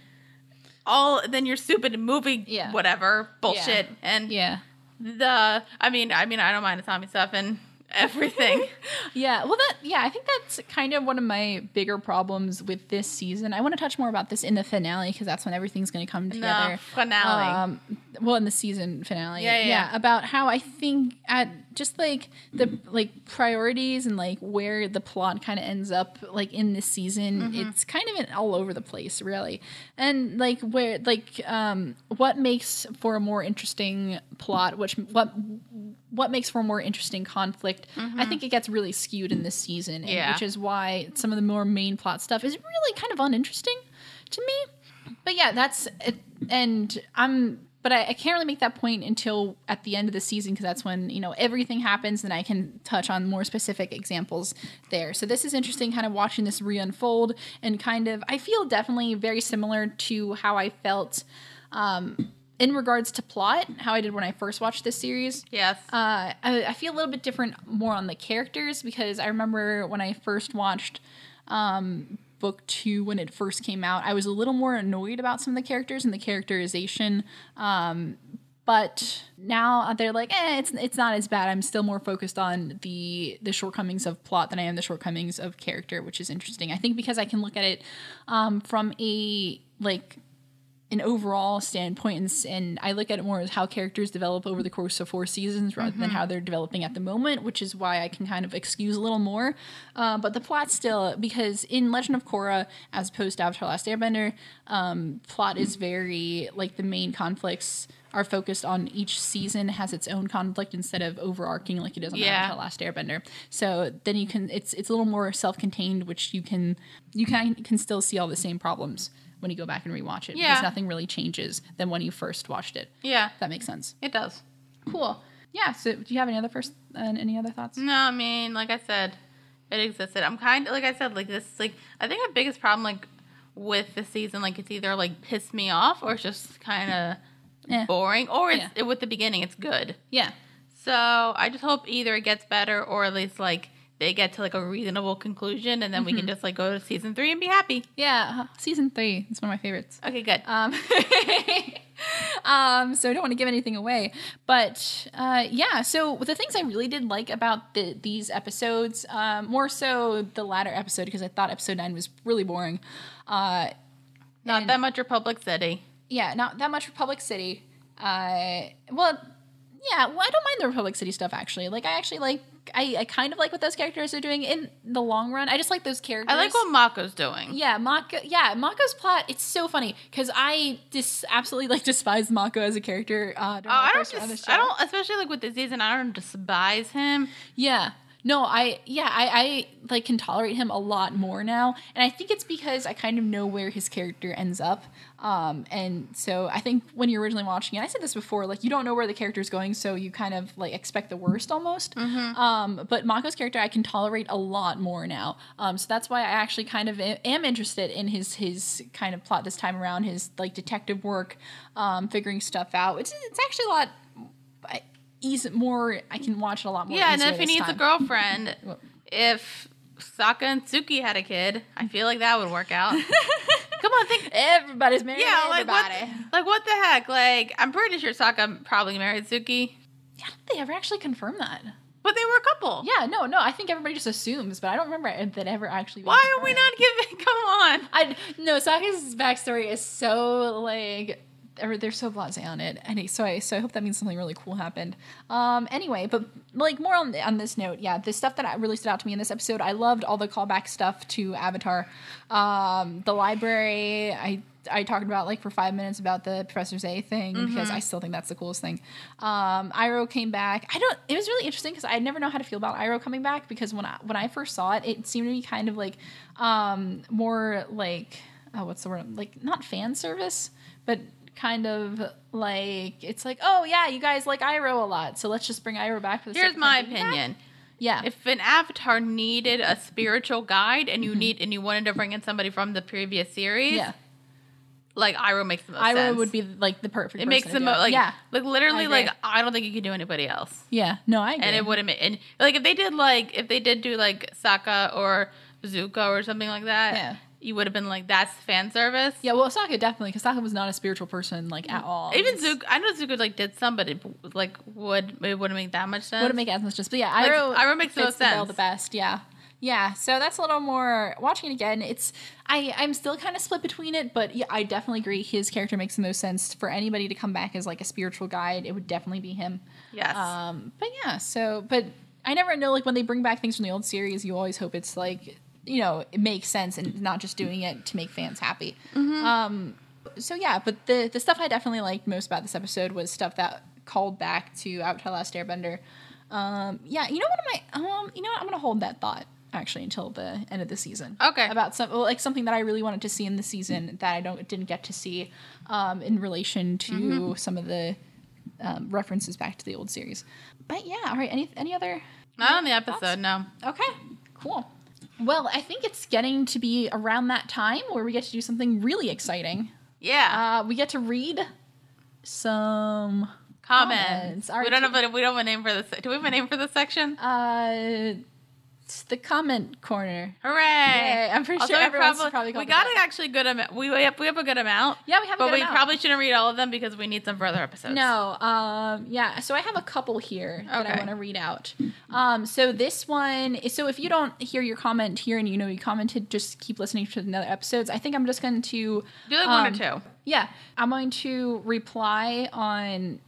Speaker 2: all than your stupid movie,
Speaker 1: Mm-hmm. Yeah.
Speaker 2: whatever bullshit. And
Speaker 1: Yeah.
Speaker 2: the, I mean, I mean, I don't mind the Tommy stuff and
Speaker 1: <laughs>
Speaker 2: everything.
Speaker 1: Yeah, well, that yeah, I think that's kind of one of my bigger problems with this season. I want to touch more about this in the finale because that's when everything's going to come together.
Speaker 2: finale.
Speaker 1: Um, well, in the season finale.
Speaker 2: Yeah, yeah, yeah.
Speaker 1: About how I think at just like the like priorities and like where the plot kind of ends up like in this season,
Speaker 2: Mm-hmm.
Speaker 1: it's kind of in- all over the place, really. And like where like um, what makes for a more interesting plot, which what what makes for a more interesting conflict. I think it gets really skewed in this season, and-
Speaker 2: Yeah.
Speaker 1: which is why some of the more main plot stuff is really kind of uninteresting to me. But yeah, that's it, and I'm but I, I can't really make that point until at the end of the season because that's when you know everything happens, and I can touch on more specific examples there. So this is interesting, kind of watching this re unfold, and kind of I feel definitely very similar to how I felt. Um, in regards to plot, how I did when I first watched this series,
Speaker 2: yes.
Speaker 1: uh, I, I feel a little bit different more on the characters because I remember when I first watched um, book two when it first came out, I was a little more annoyed about some of the characters and the characterization. Um, but now they're like, eh, it's it's not as bad. I'm still more focused on the the shortcomings of plot than I am the shortcomings of character, which is interesting. I think because I can look at it um, from a like an overall standpoint, and, s- and I look at it more as how characters develop over the course of four seasons rather than how they're developing at the moment, which is why I can kind of excuse a little more. Uh, but the plot still, because in Legend of Korra, as opposed to Avatar: Last Airbender, um, plot is very like the main conflicts are focused on each season has its own conflict instead of overarching like it is on
Speaker 2: Yeah.
Speaker 1: Avatar: Last Airbender. So then you can it's it's a little more self-contained, which you can you can can still see all the same problems when you go back and rewatch it
Speaker 2: Yeah.
Speaker 1: because nothing really changes than when you first watched it.
Speaker 2: yeah,
Speaker 1: If that makes sense.
Speaker 2: it does.
Speaker 1: Cool. Yeah. So, do you have any other first uh, any other thoughts?
Speaker 2: No, I mean, like I said, it existed. I'm kind of like I said, like this, like I think my biggest problem, like with the season, like it's either like pissed me off or it's just kind of
Speaker 1: Eh.
Speaker 2: boring, or it's
Speaker 1: Yeah.
Speaker 2: with the beginning, it's good.
Speaker 1: Yeah.
Speaker 2: So I just hope either it gets better or at least like they get to like a reasonable conclusion, and then we
Speaker 1: Mm-hmm.
Speaker 2: can just like go to season three and be happy.
Speaker 1: Yeah, uh-huh. season three. It's one of my favorites.
Speaker 2: Okay, good.
Speaker 1: Um, <laughs> um, so I don't want to give anything away, but uh, yeah. So the things I really did like about the, these episodes, um, more so the latter episode because I thought episode nine was really boring. Uh,
Speaker 2: Not that much Republic City.
Speaker 1: yeah, not that much Republic City. Uh, well, yeah, well, I don't mind the Republic City stuff actually. Like, I actually like. I, I kind of like what those characters are doing in the long run. I just like those characters.
Speaker 2: I like what Mako's doing.
Speaker 1: Yeah, Mako. Yeah, Mako's plot. It's so funny because I dis- absolutely like <laughs> despise Mako as a character. Uh, during
Speaker 2: Oh,
Speaker 1: the
Speaker 2: I don't.
Speaker 1: first run of the
Speaker 2: Just,
Speaker 1: show.
Speaker 2: I don't, especially like with the season. I don't despise him.
Speaker 1: Yeah. No, I yeah, I, I like can tolerate him a lot more now. And I think it's because I kind of know where his character ends up. Um, and so I think when you're originally watching it, I said this before, like you don't know where the character's going, so you kind of like expect the worst almost.
Speaker 2: Mm-hmm.
Speaker 1: Um, but Mako's character I can tolerate a lot more now. Um, so that's why I actually kind of a- am interested in his his kind of plot this time around, his like detective work, um, figuring stuff out. It's it's actually a lot I- easy more I can watch it a lot more.
Speaker 2: Yeah, and
Speaker 1: easier
Speaker 2: if he
Speaker 1: this
Speaker 2: needs a
Speaker 1: time.
Speaker 2: <laughs> girlfriend, if Saka and Tsuki had a kid, I feel like that would work <laughs> out.
Speaker 1: <laughs>
Speaker 2: Come on, think.
Speaker 1: Everybody's married.
Speaker 2: Yeah,
Speaker 1: Yeah,
Speaker 2: like what?
Speaker 1: everybody.
Speaker 2: Like what the heck? Like I'm pretty sure Saka probably married Tsuki,
Speaker 1: How did they ever actually confirm that?
Speaker 2: but they were a couple.
Speaker 1: Yeah, no, no. I think everybody just assumes, but I don't remember it- that ever actually. being
Speaker 2: Why are we
Speaker 1: confirmed.
Speaker 2: not giving? <laughs> Come on.
Speaker 1: I no. Saka's backstory is so like. Or they're so blasé on it, and it- so I so I hope that means something really cool happened. Um, anyway, but like more on on this note, yeah, the stuff that I- really stood out to me in this episode, I loved all the callback stuff to Avatar, um, the library. I I talked about like for five minutes about the Professor Zay thing
Speaker 2: Mm-hmm.
Speaker 1: because I still think that's the coolest thing. Um, Iroh came back. I don't. It was really interesting because I never know how to feel about Iroh coming back because when I when I first saw it, it seemed to be kind of like um, more like oh, what's the word? Like not fan service, but kind of like it's like oh yeah, you guys like Iroh a lot, so let's just bring Iroh back for the sake
Speaker 2: Here's
Speaker 1: of him
Speaker 2: my
Speaker 1: being back.
Speaker 2: opinion.
Speaker 1: Yeah,
Speaker 2: If an avatar needed a spiritual guide and you need and you wanted to bring in somebody from the previous series,
Speaker 1: yeah,
Speaker 2: like Iroh makes the most
Speaker 1: Iroh
Speaker 2: sense.
Speaker 1: would be like the perfect.
Speaker 2: it makes the
Speaker 1: most
Speaker 2: most like
Speaker 1: yeah,
Speaker 2: like
Speaker 1: I
Speaker 2: literally
Speaker 1: agree.
Speaker 2: like I don't think you could do anybody else.
Speaker 1: yeah. No, I agree.
Speaker 2: and it wouldn't ma- and like if they did like if they did do like Saka or Zuko or something like that,
Speaker 1: Yeah.
Speaker 2: you would have been like that's fan service.
Speaker 1: Yeah, well, Sokka definitely, because Sokka was not a spiritual person like at all.
Speaker 2: Even
Speaker 1: It's-
Speaker 2: Zuko, I know Zuko like did some, but it like would it wouldn't make that much sense.
Speaker 1: wouldn't make as much sense. But yeah,
Speaker 2: Like,
Speaker 1: Iroh,
Speaker 2: Iroh makes the
Speaker 1: fits
Speaker 2: most
Speaker 1: the bill
Speaker 2: sense.
Speaker 1: the best. Yeah, yeah. So that's a little more. Watching it again, it's I I'm still kind of split between it, but yeah, I definitely agree. His character makes the most sense for anybody to come back as like a spiritual guide. It would definitely be him.
Speaker 2: yes.
Speaker 1: Um, but yeah, so but I never know like when they bring back things from the old series, you always hope it's like you know it makes sense and not just doing it to make fans happy. Um, so yeah, but the the stuff I definitely liked most about this episode was stuff that called back to Avatar: Last Airbender. Um, yeah, you know what am I? Um, you know what? I'm gonna hold that thought actually until the end of the season.
Speaker 2: Okay.
Speaker 1: About some well, like something that I really wanted to see in the season that I don't didn't get to see, um, in relation to
Speaker 2: Mm-hmm.
Speaker 1: some of the um, references back to the old series. But yeah, all right. Any any other?
Speaker 2: Not on the episode, no.
Speaker 1: Okay, cool. Well, I think it's getting to be around that time where we get to do something really exciting.
Speaker 2: Yeah,
Speaker 1: Uh, we get to read some comments.
Speaker 2: comments.
Speaker 1: All
Speaker 2: We
Speaker 1: right,
Speaker 2: don't have a we don't have a name for this. Do we have a name for this section?
Speaker 1: uh, it's the comment corner.
Speaker 2: Hooray!
Speaker 1: Yay, I'm pretty
Speaker 2: Also,
Speaker 1: sure
Speaker 2: we
Speaker 1: everyone's
Speaker 2: probably,
Speaker 1: probably
Speaker 2: we
Speaker 1: called
Speaker 2: got
Speaker 1: it
Speaker 2: an actually good amount. We we have, we have a good amount.
Speaker 1: Yeah, we have a
Speaker 2: but
Speaker 1: good
Speaker 2: we
Speaker 1: amount.
Speaker 2: probably shouldn't read all of them because we need some further episodes.
Speaker 1: No, um, yeah. So I have a couple here that I
Speaker 2: Okay.
Speaker 1: want to read out. Um, so this one, so if you don't hear your comment here and you know you commented, just keep listening to the other episodes. I think I'm just going to,
Speaker 2: do like one
Speaker 1: um,
Speaker 2: or two.
Speaker 1: yeah, I'm going to reply on,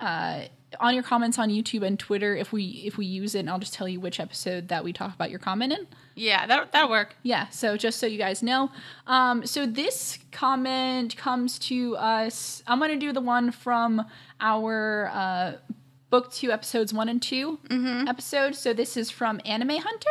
Speaker 1: uh, on your comments on YouTube and Twitter if we if we use it, and I'll just tell you which episode that we talk about your comment in.
Speaker 2: Yeah, that that'll work.
Speaker 1: Yeah, so just so you guys know. Um, so this comment comes to us. I'm going to do the one from our uh, book two, episodes one and 2 episode. So this is from Anime Hunter.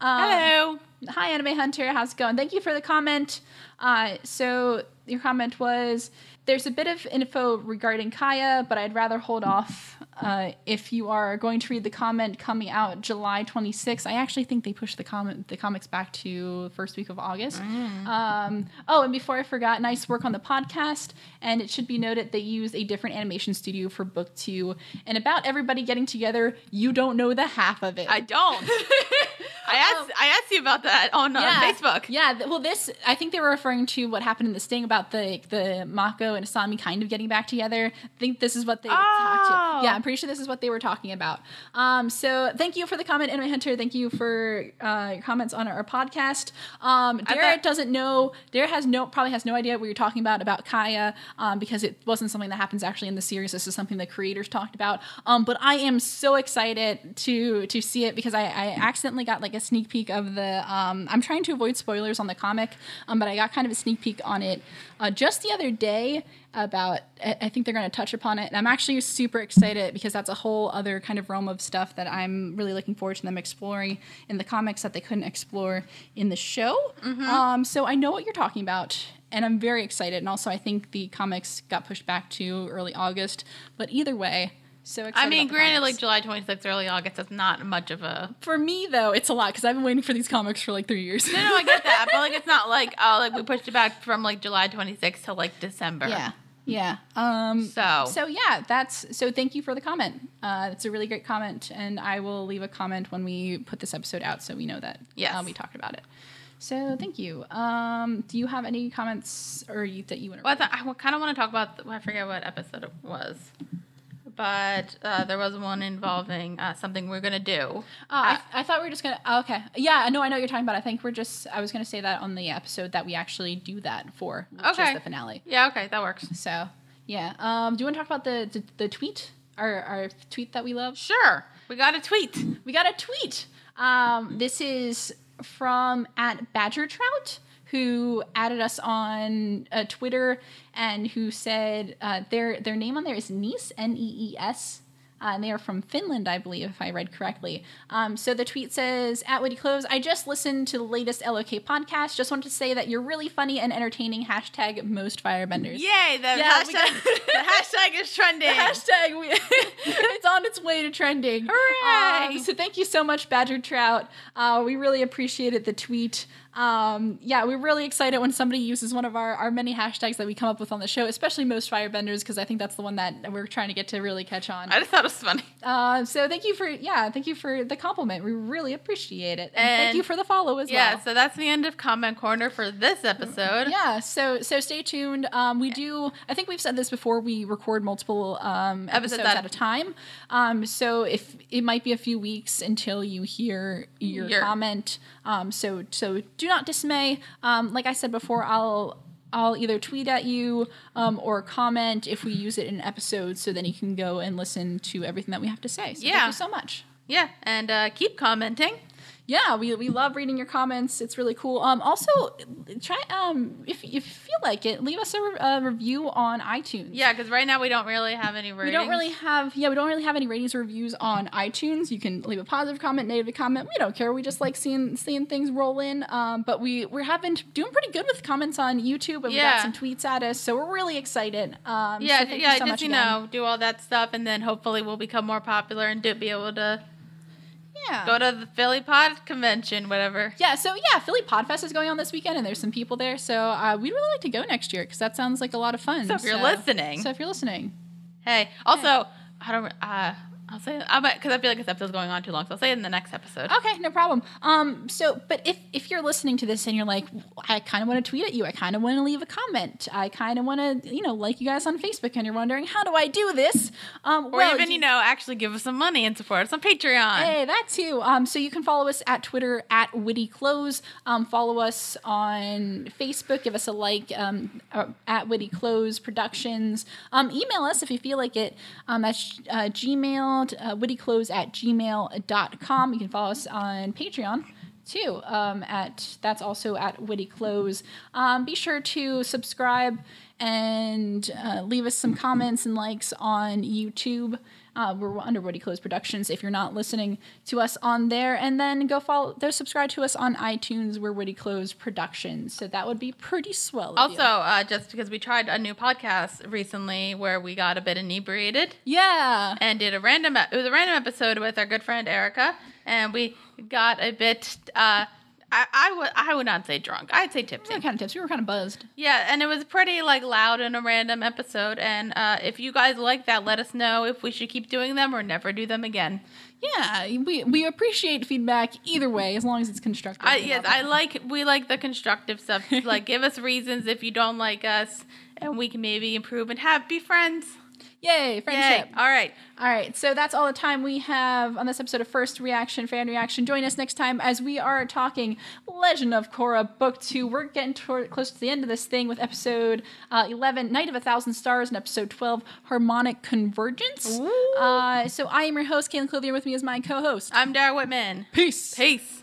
Speaker 1: Um,
Speaker 2: Hello.
Speaker 1: Hi, Anime Hunter. How's it going? Thank you for the comment. Uh, so your comment was there's a bit of info regarding Kaya, but I'd rather hold off. Uh, if you are going to read the comment coming out July 26th, I actually think they pushed the comment the comics back to first week of August.
Speaker 2: Mm.
Speaker 1: Um, oh, and before I forgot, nice work on the podcast. And it should be noted they used a different animation studio for book two. And about everybody getting together, you don't know the half of it. <laughs>
Speaker 2: I <laughs> don't. I asked I asked you about that on uh, Facebook.
Speaker 1: Yeah, th- well, this I think they were referring to what happened in this thing about the the Mako and Asami kind of getting back together. I think this is what they talked
Speaker 2: Oh.
Speaker 1: to. Yeah, I'm pretty sure this is what they were talking about. Um, so thank you for the comment, Anime Hunter. Thank you for uh, your comments on our podcast. Um,
Speaker 2: I
Speaker 1: Dara
Speaker 2: thought-
Speaker 1: doesn't know. Dara has no probably has no idea what you're talking about about Kaya um, because it wasn't something that happens actually in the series. This is something the creators talked about. Um, but I am so excited to to see it because I, I accidentally got like a sneak peek of the. Um, I'm trying to avoid spoilers on the comic, um, but I got kind of a sneak peek on it uh, just the other day about I I think they're going to touch upon it. And I'm actually super excited because that's a whole other kind of realm of stuff that I'm really looking forward to them exploring in the comics that they couldn't explore in the show.
Speaker 2: Mm-hmm.
Speaker 1: Um, so I know what you're talking about. And I'm very excited. And also, I think the comics got pushed back to early August. But either way, so excited.
Speaker 2: I mean,
Speaker 1: about the
Speaker 2: granted, like
Speaker 1: comics.
Speaker 2: July 26th, early August, that's not much of a.
Speaker 1: for me, though, it's a lot because I've been waiting for these comics for like three years.
Speaker 2: <laughs> No, no, I get that, but like it's not like oh, like we pushed it back from like July 26th to like December.
Speaker 1: yeah. <laughs> Yeah. Um,
Speaker 2: So,
Speaker 1: So yeah, that's so. Thank you for the comment. Uh, it's a really great comment, and I will leave a comment when we put this episode out, so we know that
Speaker 2: Yes.
Speaker 1: uh, we talked about it. So thank you. Um, do you have any comments or you, that you want to?
Speaker 2: well, I, thought, I kind of want to talk about. I forget what episode it was, but uh, there was one involving uh, something we're gonna do.
Speaker 1: Oh, I, I thought we were just gonna. oh, okay, yeah, no, I know what you're talking about. I think we're just. I was gonna say that on the episode that we actually do that for, which
Speaker 2: Okay.
Speaker 1: is the finale.
Speaker 2: Yeah, okay, that works.
Speaker 1: So yeah. Um, do you want to talk about the the, the tweet? Our, our tweet that we love.
Speaker 2: Sure, we got a tweet.
Speaker 1: we got a tweet. Um, this is from at Badger Trout, who added us on uh, Twitter and who said uh, their their name on there is Nice N E E S. Uh, and they are from Finland, I believe, if I read correctly. Um, so the tweet says, "At Witty Close, I just listened to the latest LOK podcast. Just wanted to say that you're really funny and entertaining. Hashtag most firebenders.
Speaker 2: Yay! The
Speaker 1: Yeah, we
Speaker 2: hashtag. <laughs> the hashtag is <laughs> trending.
Speaker 1: Hashtag we, <laughs> it's on its way to trending.
Speaker 2: Hooray!
Speaker 1: Um, so thank you so much, Badger Trout. Uh, we really appreciated the tweet. Um, yeah, we're really excited when somebody uses one of our, our many hashtags that we come up with on the show, especially most firebenders, because I think that's the one that we're trying to get to really catch on.
Speaker 2: I just thought it was funny.
Speaker 1: Uh, so thank you for yeah, thank you for the compliment. We really appreciate it. And, thank
Speaker 2: And-
Speaker 1: you for the follow as
Speaker 2: Yeah,
Speaker 1: well.
Speaker 2: so that's the end of Comment Corner for this episode.
Speaker 1: Yeah, so so stay tuned. Um, we do. I think we've said this before. We record multiple um, episodes,
Speaker 2: Episodes
Speaker 1: at,
Speaker 2: at-
Speaker 1: a time. Um, so if it might be a few weeks until you hear your
Speaker 2: Your-
Speaker 1: comment. Um, so so do not dismay. Um, like I said before, I'll. I'll either tweet at you um, or comment if we use it in an episode, so then you can go and listen to everything that we have to say. So thank
Speaker 2: Yeah.
Speaker 1: you so much.
Speaker 2: Yeah, and uh, keep commenting.
Speaker 1: yeah we, we love reading your comments it's really cool um also try um if, if you feel like it leave us a, re- a review on itunes
Speaker 2: Yeah, because right now we don't really have any ratings.
Speaker 1: we don't really have yeah we don't really have any ratings or reviews on itunes you can leave a positive comment negative comment we don't care we just like seeing seeing things roll in um, but we we have been doing pretty good with comments on youtube and we got
Speaker 2: Yeah.
Speaker 1: some tweets at us so we're really excited um
Speaker 2: Yeah,
Speaker 1: so thank
Speaker 2: yeah,
Speaker 1: you so
Speaker 2: just
Speaker 1: much
Speaker 2: you
Speaker 1: again.
Speaker 2: know, do all that stuff, and then hopefully we'll become more popular and do, be able to
Speaker 1: yeah
Speaker 2: go to the Philly Pod Convention, whatever.
Speaker 1: yeah, so yeah, Philly Podfest is going on this weekend, and there's some people there. So uh, we'd really like to go next year because that sounds like a lot of fun.
Speaker 2: So if you're listening,
Speaker 1: so if you're listening,
Speaker 2: hey. Also, I don't. Uh, I'll say I because I feel like this episode's going on too long, so I'll say it in the next episode.
Speaker 1: okay, no problem. Um, so but if if you're listening to this and you're like, I kind of want to tweet at you, I kind of want to leave a comment, I kind of want to you know like you guys on Facebook, and you're wondering how do I do this? Um,
Speaker 2: Or even you know, actually give us some money and support us on Patreon.
Speaker 1: Hey, that too. Um, so you can follow us at Twitter at Witty Close. Um, follow us on Facebook. Give us a like um, uh, at Witty Close Productions. Um, email us if you feel like it. Um, that's uh, Gmail, uh, wittyclose at gmail.com. You can follow us on Patreon too um, at that's also at witty close um, be sure to subscribe and uh, leave us some comments and likes on YouTube. Uh, we're under Woody Close Productions if you're not listening to us on there. And then go follow, go subscribe to us on iTunes. We're Woody Close Productions. So that would be pretty swell. of you.
Speaker 2: Also, uh, just because we tried a new podcast recently where we got a bit inebriated
Speaker 1: yeah.
Speaker 2: and did a random, e-, it was a random episode with our good friend Erica, and we got a bit. Uh, I, I would I would not say drunk. I'd say
Speaker 1: We
Speaker 2: tipsy.
Speaker 1: were kind of tips. We were kind of buzzed.
Speaker 2: Yeah, and it was pretty like loud in a random episode. And uh, if you guys like that, let us know if we should keep doing them or never do them again.
Speaker 1: Yeah, we, we appreciate feedback either way, as long as it's constructive.
Speaker 2: I yes, I like we like the constructive stuff. like give us reasons if you don't like us, and we can maybe improve and have be friends.
Speaker 1: Yay, friendship.
Speaker 2: Yay! All right,
Speaker 1: All right, so that's all the time we have on this episode of First Reaction Fan Reaction. Join us next time as we are talking Legend of Korra Book Two. We're getting toward, close to the end of this thing with episode uh, eleven, Night of a Thousand Stars, and episode twelve, Harmonic Convergence.
Speaker 2: Ooh.
Speaker 1: Uh, so I am your host, Caitlin Clothier. With me is my co-host.
Speaker 2: I'm Dara Whitman.
Speaker 1: Peace.
Speaker 2: Peace.